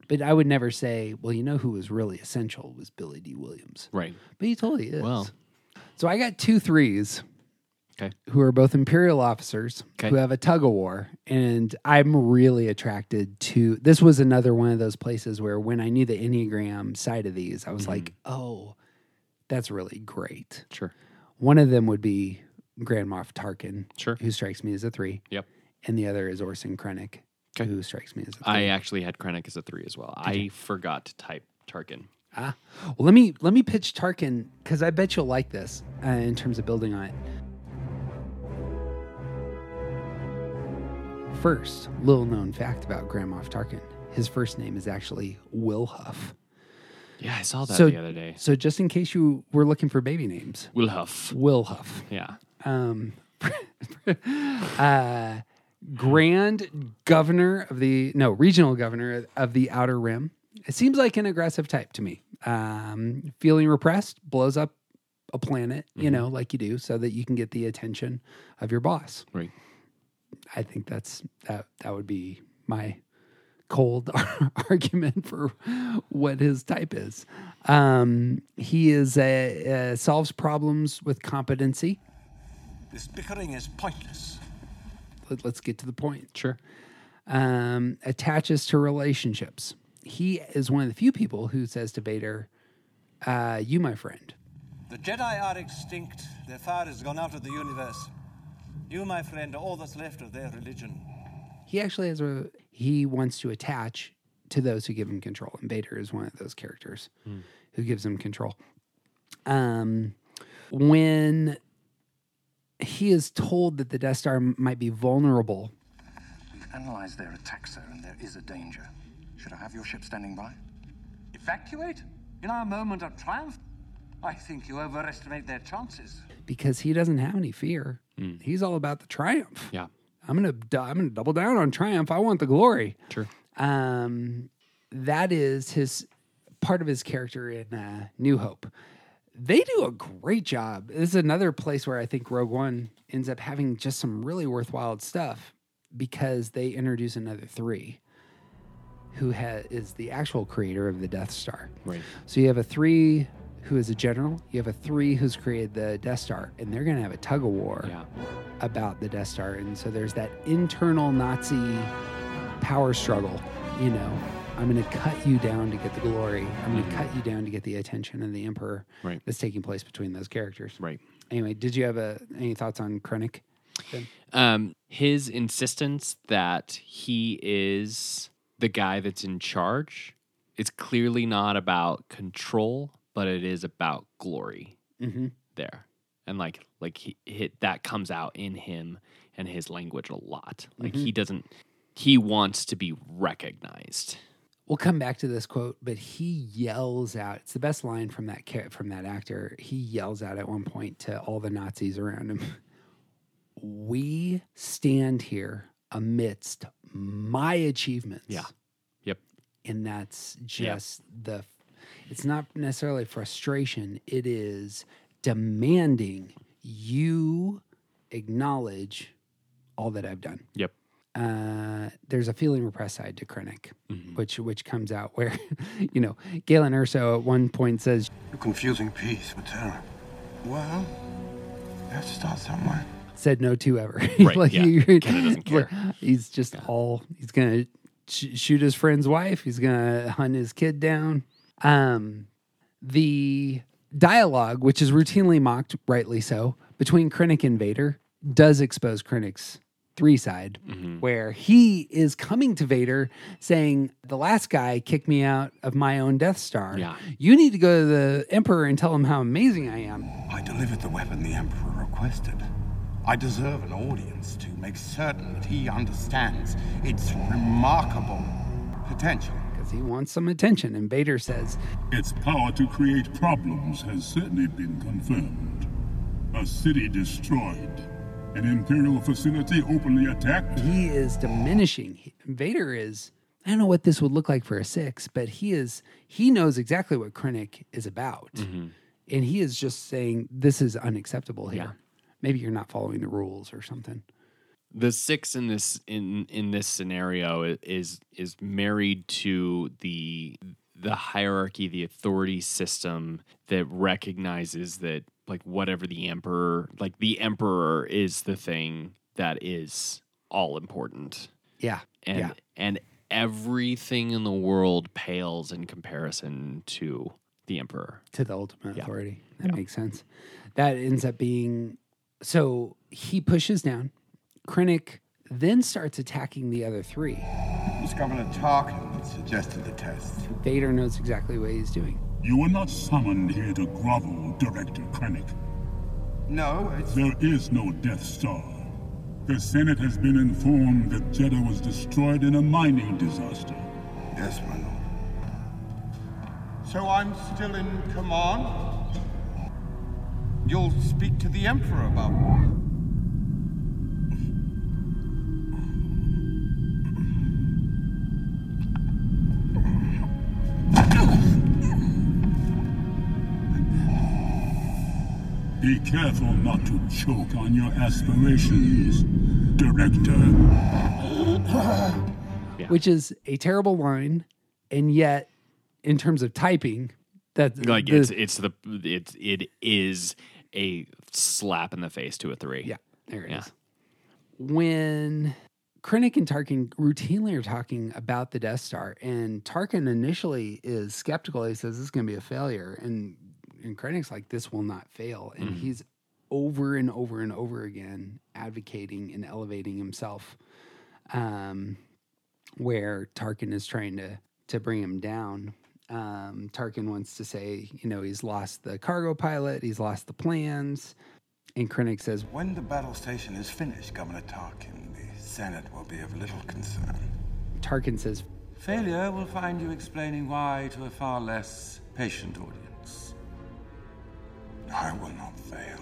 [SPEAKER 1] But I would never say, well, you know who was really essential was Billy D. Williams.
[SPEAKER 2] Right.
[SPEAKER 1] But he totally is.
[SPEAKER 2] Well.
[SPEAKER 1] So I got two threes.
[SPEAKER 2] Okay.
[SPEAKER 1] Who are both Imperial officers
[SPEAKER 2] Okay.
[SPEAKER 1] who have a tug of war. And I'm really attracted to this was another one of those places where when I knew the Enneagram side of these, I was
[SPEAKER 2] Mm-hmm.
[SPEAKER 1] like, oh, that's really great.
[SPEAKER 2] Sure.
[SPEAKER 1] One of them would be Grand Moff Tarkin,
[SPEAKER 2] sure.
[SPEAKER 1] who strikes me as a three.
[SPEAKER 2] Yep.
[SPEAKER 1] And the other is Orson Krennic, who strikes me as a three.
[SPEAKER 2] I actually had Krennic as a three as well. I forgot to type Tarkin.
[SPEAKER 1] Ah, well, let me let me pitch Tarkin because I bet you'll like this uh, in terms of building on it. First, little known fact about Grand Moff Tarkin: his first name is actually Will Huff.
[SPEAKER 2] Yeah, I saw that
[SPEAKER 1] So-
[SPEAKER 2] the other day.
[SPEAKER 1] So, just in case you were looking for baby names,
[SPEAKER 2] Will Huff.
[SPEAKER 1] Will Huff.
[SPEAKER 2] Yeah.
[SPEAKER 1] Um, uh, Grand Governor of the no Regional Governor of the Outer Rim. It seems like an aggressive type to me. Um, feeling repressed blows up a planet, you know, like you do, so that you can get the attention of your boss.
[SPEAKER 2] Right.
[SPEAKER 1] I think that's that. That would be my cold argument for what his type is. Um, he is a, uh solves problems with competency.
[SPEAKER 9] This bickering is pointless.
[SPEAKER 1] Let, us get to the point. Sure. Um, attaches to relationships. He is one of the few people who says to Vader, uh, "You, my friend."
[SPEAKER 9] The Jedi are extinct. Their fire has gone out of the universe. You, my friend, are all that's left of their religion.
[SPEAKER 1] He actually has a he wants to attach to those who give him control, and Vader is one of those characters who gives him control. Um, when he is told that the Death Star m- might be vulnerable,
[SPEAKER 14] We've analyzed their attack, sir, and there is a danger. Should I have your ship standing by?
[SPEAKER 9] Evacuate? In our moment of triumph? I think you overestimate their chances.
[SPEAKER 1] because he doesn't have any fear, he's all about the triumph.
[SPEAKER 2] Yeah.
[SPEAKER 1] I'm gonna d- I'm gonna double down on triumph. I want the glory.
[SPEAKER 2] Sure.
[SPEAKER 1] Um, that is his part of his character in uh, New Hope. They do a great job. This is another place where I think Rogue One ends up having just some really worthwhile stuff because they introduce another three who ha- is the actual creator of the Death Star.
[SPEAKER 2] Right.
[SPEAKER 1] So you have a three who is a general, you have a three who's created the Death Star, and they're going to have a tug of war about the Death Star. And so there's that internal Nazi power struggle, you know. I'm going to cut you down to get the glory. I'm going to cut you down to get the attention of the emperor
[SPEAKER 2] Mm-hmm. Right.
[SPEAKER 1] that's taking place between those characters.
[SPEAKER 2] Right.
[SPEAKER 1] Anyway, did you have a, any thoughts on Krennic? Ben?
[SPEAKER 2] Um, his insistence that he is the guy that's in charge is clearly not about control, but it is about glory
[SPEAKER 1] Mhm.
[SPEAKER 2] there. And like like he, he that comes out in him and his language a lot. Like
[SPEAKER 1] Mhm.
[SPEAKER 2] he doesn't he wants to be recognized.
[SPEAKER 1] We'll come back to this quote, but he yells out. It's the best line from that ca- from that actor. He yells out at one point to all the Nazis around him. We stand here amidst my achievements. Yeah.
[SPEAKER 2] Yep.
[SPEAKER 1] And that's just the it's not necessarily frustration, it is demanding you acknowledge all that I've done
[SPEAKER 2] Yep.
[SPEAKER 1] uh, there's a feeling repressed side to Krennic,
[SPEAKER 2] Mm-hmm.
[SPEAKER 1] which which comes out where, you know, Galen Erso at one point says,
[SPEAKER 5] You're confusing peace with terror. Well, you have to start somewhere.
[SPEAKER 1] said no to ever.
[SPEAKER 2] Right, yeah. Kenna doesn't
[SPEAKER 1] care. He's just all he's gonna sh- shoot his friend's wife. He's gonna hunt his kid down. Um, the dialogue, which is routinely mocked, rightly so, between Krennic and Vader, does expose Krennic's three side, where he is coming to Vader saying, "The last guy kicked me out of my own Death Star.
[SPEAKER 14] Yeah.
[SPEAKER 1] You need to go to the Emperor and tell him how amazing I am."
[SPEAKER 14] I delivered the weapon the Emperor requested. I deserve an audience to make certain that he understands its remarkable potential.
[SPEAKER 1] because he wants some attention. And Vader says,
[SPEAKER 15] Its power to create problems has certainly been confirmed. A city destroyed, an Imperial facility openly attacked.
[SPEAKER 1] He is diminishing. He- Vader is, I don't know what this would look like for a six, but he is, he knows exactly what Krennic is about. And he is just saying, this is unacceptable here. Maybe you're not following the rules or something.
[SPEAKER 2] the six in this in in this scenario i- is is married to the the hierarchy the authority system that recognizes that like whatever the emperor like the emperor is the thing that is all important
[SPEAKER 1] Yeah.
[SPEAKER 2] and
[SPEAKER 1] yeah.
[SPEAKER 2] and everything in the world pales in comparison to the emperor
[SPEAKER 1] To the ultimate authority. That makes sense. That ends up being, so he pushes down. Krennic then starts attacking the other three.
[SPEAKER 14] It was Governor Tarkin that suggested the test.
[SPEAKER 1] Vader knows exactly what he's doing.
[SPEAKER 15] You were not summoned here to grovel, Director Krennic.
[SPEAKER 14] No, it's.
[SPEAKER 15] There is no Death Star. The Senate has been informed that Jeddah was destroyed in a mining disaster.
[SPEAKER 14] Yes, my lord. So I'm still in command? You'll speak to the Emperor about war.
[SPEAKER 15] Be careful not to choke on your aspirations, Director.
[SPEAKER 1] which is a terrible line, and yet, in terms of typing, that
[SPEAKER 2] like
[SPEAKER 1] the-
[SPEAKER 2] it's it's the it's it is a slap in the face to a three yeah
[SPEAKER 1] there it is. when Krennic and Tarkin routinely are talking about the Death Star, and Tarkin initially is skeptical. He says this is going to be a failure, and and Krennic's like, this will not fail, and
[SPEAKER 2] Mhm.
[SPEAKER 1] he's over and over and over again advocating and elevating himself, um, where Tarkin is trying to to bring him down. Um, Tarkin wants to say, you know, he's lost the cargo pilot, he's lost the plans, and Krennic says,
[SPEAKER 14] When the battle station is finished, Governor Tarkin, the Senate will be of little concern.
[SPEAKER 1] Tarkin says,
[SPEAKER 13] Failure will find you explaining why to a far less patient audience.
[SPEAKER 14] I will not fail.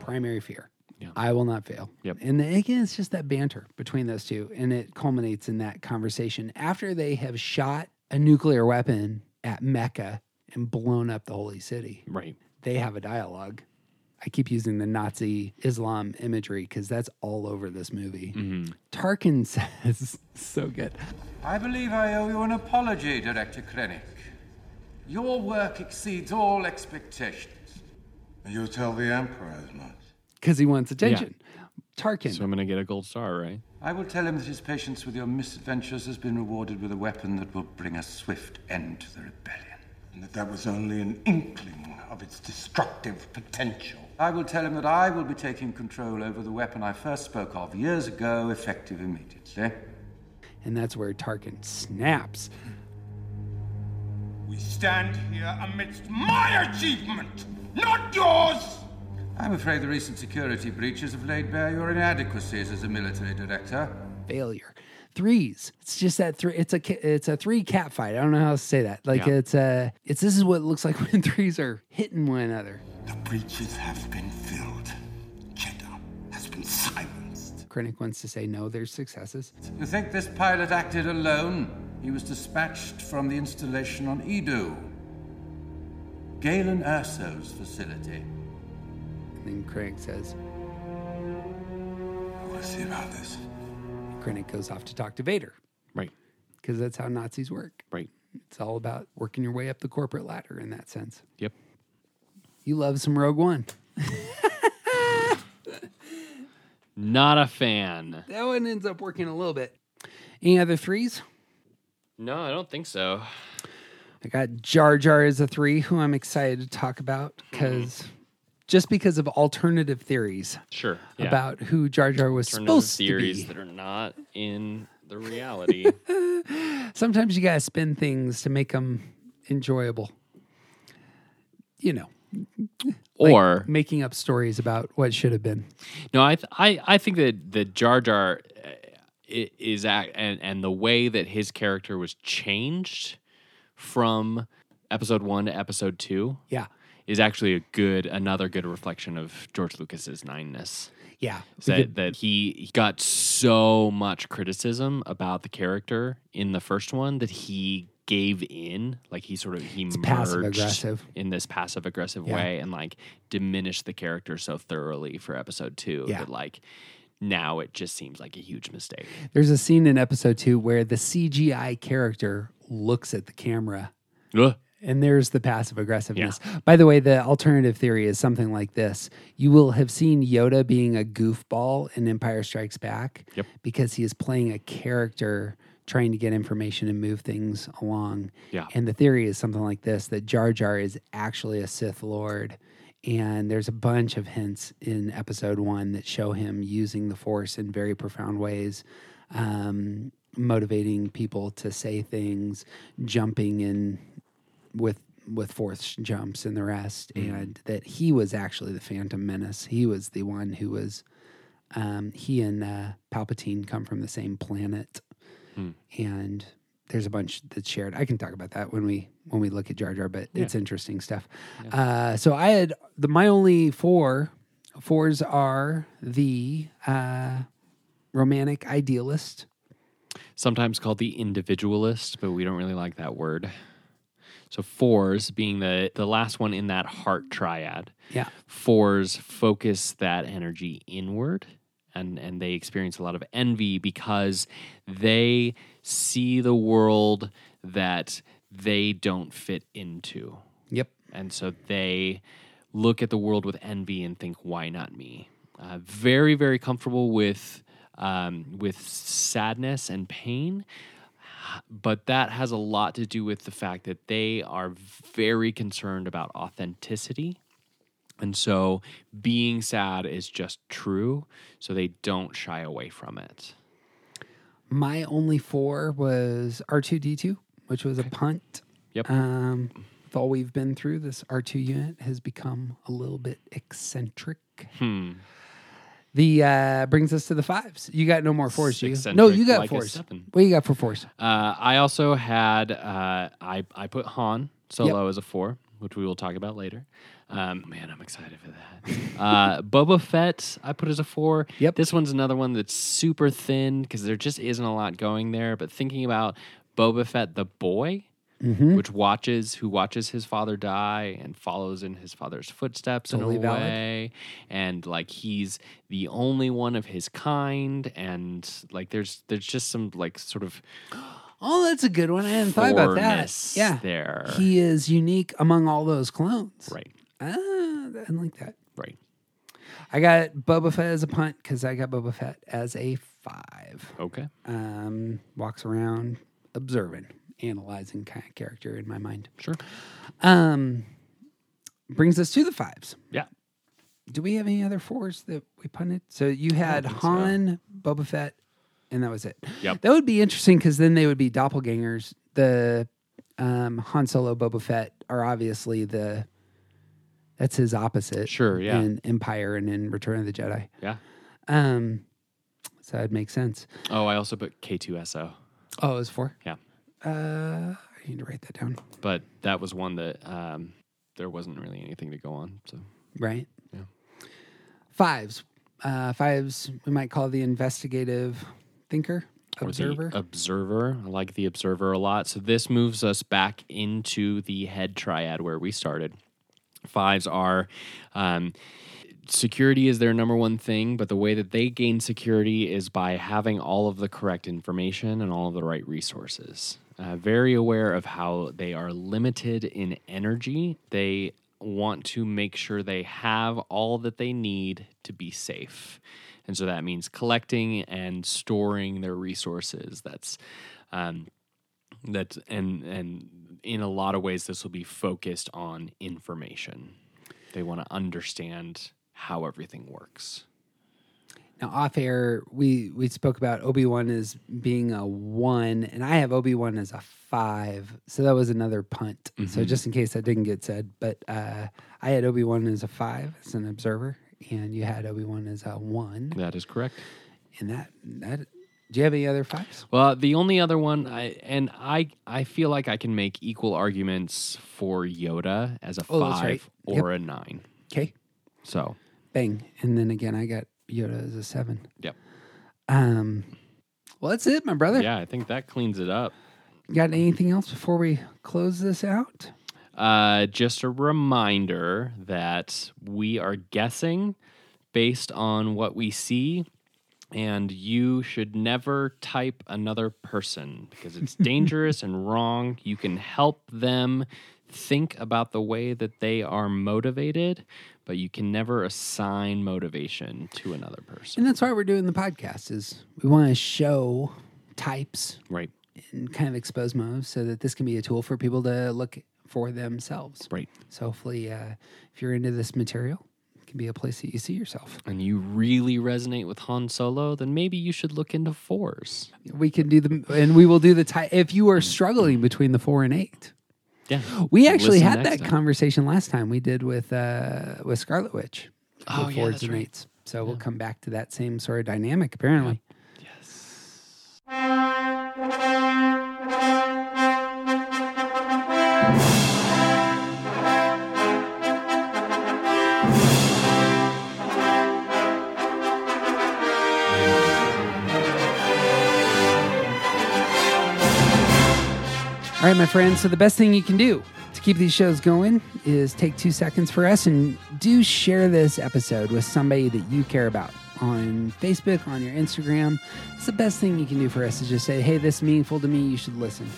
[SPEAKER 1] primary fear. I will not fail.
[SPEAKER 2] Yep.
[SPEAKER 1] And then again, it's just that banter between those two. And it culminates in that conversation after they have shot a nuclear weapon at Mecca and blown up the holy city.
[SPEAKER 2] Right.
[SPEAKER 1] They have a dialogue. I keep using the Nazi Islam imagery because that's all over this movie.
[SPEAKER 2] Mm-hmm.
[SPEAKER 1] Tarkin says, so good.
[SPEAKER 13] I believe I owe you an apology, Director Krennic. Your work exceeds all expectations.
[SPEAKER 14] You'll tell the Emperor as much.
[SPEAKER 1] Because he wants attention. Tarkin.
[SPEAKER 2] So I'm gonna get a gold star, right?
[SPEAKER 13] I will tell him that his patience with your misadventures has been rewarded with a weapon that will bring a swift end to the rebellion.
[SPEAKER 14] And that that was only an inkling of its destructive potential.
[SPEAKER 13] I will tell him that I will be taking control over the weapon I first spoke of years ago, effective immediately.
[SPEAKER 1] And that's where Tarkin snaps.
[SPEAKER 14] We stand here amidst my achievement, not yours!
[SPEAKER 13] I'm afraid the recent security breaches have laid bare your inadequacies as a military director.
[SPEAKER 1] Failure. Threes. It's just that three. It's a ca- it's a three cat fight. I don't know how to say that. Like
[SPEAKER 2] Yeah.
[SPEAKER 1] it's a it's this is what it looks like when threes are hitting one another.
[SPEAKER 14] The breaches have been filled. Jeddah has been silenced.
[SPEAKER 1] Krennic wants to say no. There's successes.
[SPEAKER 13] You think this pilot acted alone? He was dispatched from the installation on Edo, Galen Erso's facility.
[SPEAKER 1] And then Krennic says,
[SPEAKER 14] "I want to see about this."
[SPEAKER 1] Krennic goes off to talk to Vader.
[SPEAKER 2] Right.
[SPEAKER 1] Because that's how Nazis work.
[SPEAKER 2] Right.
[SPEAKER 1] It's all about working your way up the corporate ladder in that sense.
[SPEAKER 2] Yep.
[SPEAKER 1] You love some Rogue One.
[SPEAKER 2] Not a fan.
[SPEAKER 1] That one ends up working a little bit. Any other threes?
[SPEAKER 2] No, I don't think so.
[SPEAKER 1] I got Jar Jar as a three, who I'm excited to talk about because just because of alternative theories
[SPEAKER 2] Sure.
[SPEAKER 1] about who Jar Jar was
[SPEAKER 2] Alternative
[SPEAKER 1] supposed to
[SPEAKER 2] theories
[SPEAKER 1] be.
[SPEAKER 2] that are not in the reality.
[SPEAKER 1] Sometimes you gotta spin things to make them enjoyable. You know, like
[SPEAKER 2] or
[SPEAKER 1] making up stories about what should have been.
[SPEAKER 2] No, I th- I I think that the Jar Jar uh, i- is act and and the way that his character was changed from episode 1 to episode 2
[SPEAKER 1] Yeah.
[SPEAKER 2] is actually a good another good reflection of George Lucas's nineness.
[SPEAKER 1] Yeah.
[SPEAKER 2] Is that that he he got so much criticism about the character in the first one that he gave in like he sort of he merged
[SPEAKER 1] passive aggressive.
[SPEAKER 2] in this passive aggressive
[SPEAKER 1] Yeah.
[SPEAKER 2] way and like diminished the character so thoroughly for episode 2
[SPEAKER 1] Yeah.
[SPEAKER 2] that like now it just seems like a huge mistake.
[SPEAKER 1] There's a scene in episode two where the CGI character looks at the camera And there's the passive aggressiveness. By the way, the alternative theory is something like this You will have seen Yoda being a goofball in Empire Strikes Back
[SPEAKER 2] Yep.
[SPEAKER 1] because he is playing a character trying to get information and move things along.
[SPEAKER 2] Yeah.
[SPEAKER 1] And the theory is something like this that Jar Jar is actually a Sith Lord. And there's a bunch of hints in episode one that show him using the Force in very profound ways, um, motivating people to say things, jumping in with with force jumps and the rest,
[SPEAKER 2] Mm-hmm.
[SPEAKER 1] and that he was actually the Phantom Menace. He was the one who was. Um, he and uh, Palpatine come from the same planet,
[SPEAKER 2] Hmm.
[SPEAKER 1] and there's a bunch that's shared. I can talk about that when we when we look at Jar Jar, but
[SPEAKER 2] Yeah.
[SPEAKER 1] it's interesting stuff. Uh, so I had the my only four fours are the uh, romantic idealist.
[SPEAKER 2] Sometimes called the individualist, but we don't really like that word. So fours being the the last one in that heart triad.
[SPEAKER 1] Yeah.
[SPEAKER 2] fours focus that energy inward and and they experience a lot of envy because they see the world that they don't fit into
[SPEAKER 1] Yep.
[SPEAKER 2] and so they look at the world with envy and think why not me uh, very very comfortable with um, with sadness and pain but that has a lot to do with the fact that they are very concerned about authenticity and so being sad is just true. So they don't shy away from it.
[SPEAKER 1] My only four was R two D two, which was a punt.
[SPEAKER 2] Yep.
[SPEAKER 1] Um, with all we've been through, this R two unit has become a little bit eccentric.
[SPEAKER 2] Hmm.
[SPEAKER 1] The uh, brings us to the fives. You got no more fours, do you?
[SPEAKER 2] Eccentric
[SPEAKER 1] No, you got
[SPEAKER 2] like a
[SPEAKER 1] fours.
[SPEAKER 2] seven.
[SPEAKER 1] What you got for fours?
[SPEAKER 2] Uh, I also had, uh, I, I put Han solo as a four, which we will talk about later. Um, man, I'm excited for that. uh, Boba Fett, I put as a four. Yep. This one's another one that's super thin because there just isn't a lot going there. But thinking about Boba Fett, the boy,
[SPEAKER 1] Mhm.
[SPEAKER 2] which watches who watches his father die and follows in his father's footsteps
[SPEAKER 1] Totally
[SPEAKER 2] in a
[SPEAKER 1] valid.
[SPEAKER 2] way and like he's the only one of his kind and like there's there's just some like sort of
[SPEAKER 1] Oh, that's a good one. I hadn't thought about that.
[SPEAKER 2] fourness
[SPEAKER 1] Yeah.
[SPEAKER 2] there
[SPEAKER 1] He is unique among all those clones.
[SPEAKER 2] right
[SPEAKER 1] Ah, I like that.
[SPEAKER 2] right
[SPEAKER 1] I got Boba Fett as a punt because I got Boba Fett as a five.
[SPEAKER 2] okay
[SPEAKER 1] Um, walks around observing, analyzing kind of character in my mind.
[SPEAKER 2] Sure.
[SPEAKER 1] Um, brings us to the fives.
[SPEAKER 2] Yeah.
[SPEAKER 1] Do we have any other fours that we punted? So you had Han, Boba Fett, and that was it.
[SPEAKER 2] Yep.
[SPEAKER 1] That would be interesting because then they would be doppelgangers. The um, Han Solo, Boba Fett are obviously the that's his opposite.
[SPEAKER 2] Sure, yeah.
[SPEAKER 1] In Empire and in Return of the Jedi.
[SPEAKER 2] yeah
[SPEAKER 1] Um, so that'd make sense.
[SPEAKER 2] oh i also put k2so
[SPEAKER 1] Oh, it was four.
[SPEAKER 2] yeah
[SPEAKER 1] Uh, I need to write that down.
[SPEAKER 2] but that was one that um there wasn't really anything to go on so
[SPEAKER 1] Right.
[SPEAKER 2] Yeah.
[SPEAKER 1] Fives. Uh, fives. We might call the investigative thinker,
[SPEAKER 2] or the uh,
[SPEAKER 1] observer.
[SPEAKER 2] observer. I like the observer a lot. So this moves us back into the head triad where we started. Fives are um, security is their number one thing, but the way that they gain security is by having all of the correct information and all of the right resources. Uh, very aware of how they are limited in energy. They want to make sure they have all that they need to be safe. And so that means collecting and storing their resources. That's um, that's and and in a lot of ways this will be focused on information. They want to understand how everything works.
[SPEAKER 1] Now, off air, we we spoke about Obi Wan as being a one, and I have Obi Wan as a five, so that was another punt. So
[SPEAKER 2] Mhm.
[SPEAKER 1] just in case that didn't get said, but uh, I had Obi Wan as a five as an observer, and you had Obi Wan as a one,
[SPEAKER 2] That is correct.
[SPEAKER 1] and that that. Do you have any other fives?
[SPEAKER 2] Well, the only other one, I and I, I feel like I can make equal arguments for Yoda as a
[SPEAKER 1] Oh,
[SPEAKER 2] five
[SPEAKER 1] that's right.
[SPEAKER 2] or a nine.
[SPEAKER 1] Okay,
[SPEAKER 2] So,
[SPEAKER 1] bang, and then again, I got Yoda as a seven.
[SPEAKER 2] yep.
[SPEAKER 1] Um, well, that's it, my brother.
[SPEAKER 2] Yeah, I think that cleans it up.
[SPEAKER 1] Got anything else before we close this out?
[SPEAKER 2] Uh, just a reminder that we are guessing based on what we see, and you should never type another person because it's dangerous and wrong. You can help them think about the way that they are motivated, but you can never assign motivation to another person.
[SPEAKER 1] And that's why we're doing the podcast is we want to show types
[SPEAKER 2] Right.
[SPEAKER 1] and kind of expose them so that this can be a tool for people to look for themselves.
[SPEAKER 2] Right.
[SPEAKER 1] So hopefully, uh, if you're into this material, it can be a place that you see yourself.
[SPEAKER 2] And you really resonate with Han Solo, then maybe you should look into fours.
[SPEAKER 1] We can do the, and we will do the type. If you are struggling between the four and eight,
[SPEAKER 2] Yeah.
[SPEAKER 1] we actually
[SPEAKER 2] Listen
[SPEAKER 1] had
[SPEAKER 2] next
[SPEAKER 1] that
[SPEAKER 2] time.
[SPEAKER 1] conversation last time. We did with uh, with Scarlet Witch.
[SPEAKER 2] Oh,
[SPEAKER 1] with
[SPEAKER 2] yeah,
[SPEAKER 1] Fords
[SPEAKER 2] that's
[SPEAKER 1] and
[SPEAKER 2] right.
[SPEAKER 1] Eights. So we'll come back to that same sort of dynamic. Apparently. All right, my friends. So, the best thing you can do to keep these shows going is take two seconds for us and do share this episode with somebody that you care about on Facebook, on your Instagram. It's the best thing you can do for us is just say, hey, this is meaningful to me. You should listen.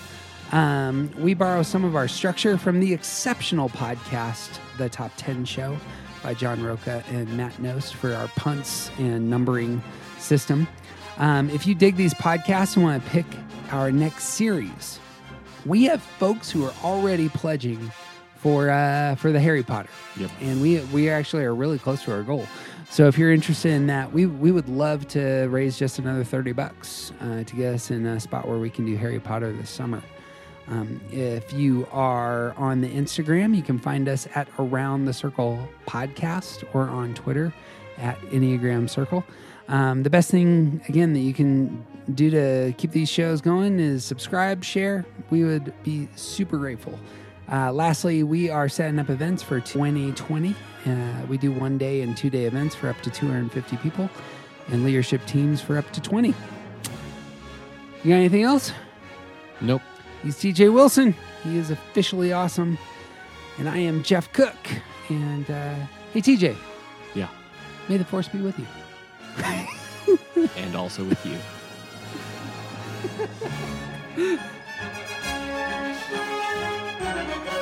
[SPEAKER 1] Um, we borrow some of our structure from the exceptional podcast, The Top 10 Show, by John Roca and Matt Nost for our punts and numbering system. Um, if you dig these podcasts and want to pick our next series, we have folks who are already pledging for uh, for the Harry Potter,
[SPEAKER 2] Yep.
[SPEAKER 1] and we we actually are really close to our goal. So if you're interested in that, we we would love to raise just another thirty bucks uh, to get us in a spot where we can do Harry Potter this summer. Um, if you are on the Instagram, you can find us at Around the Circle Podcast or on Twitter at Enneagram Circle. Um, the best thing, again, that you can do to keep these shows going is subscribe, share. We would be super grateful. Uh, lastly, we are setting up events for 2020. Uh, we do one day and two day events for up to 250 people and leadership teams for up to 20. You got anything else?
[SPEAKER 2] Nope.
[SPEAKER 1] He's TJ Wilson. He is officially awesome. And I am Jeff Cook. And uh, hey, TJ,
[SPEAKER 2] Yeah.
[SPEAKER 1] may the force be with you.
[SPEAKER 2] and also with you.
[SPEAKER 9] Thank you.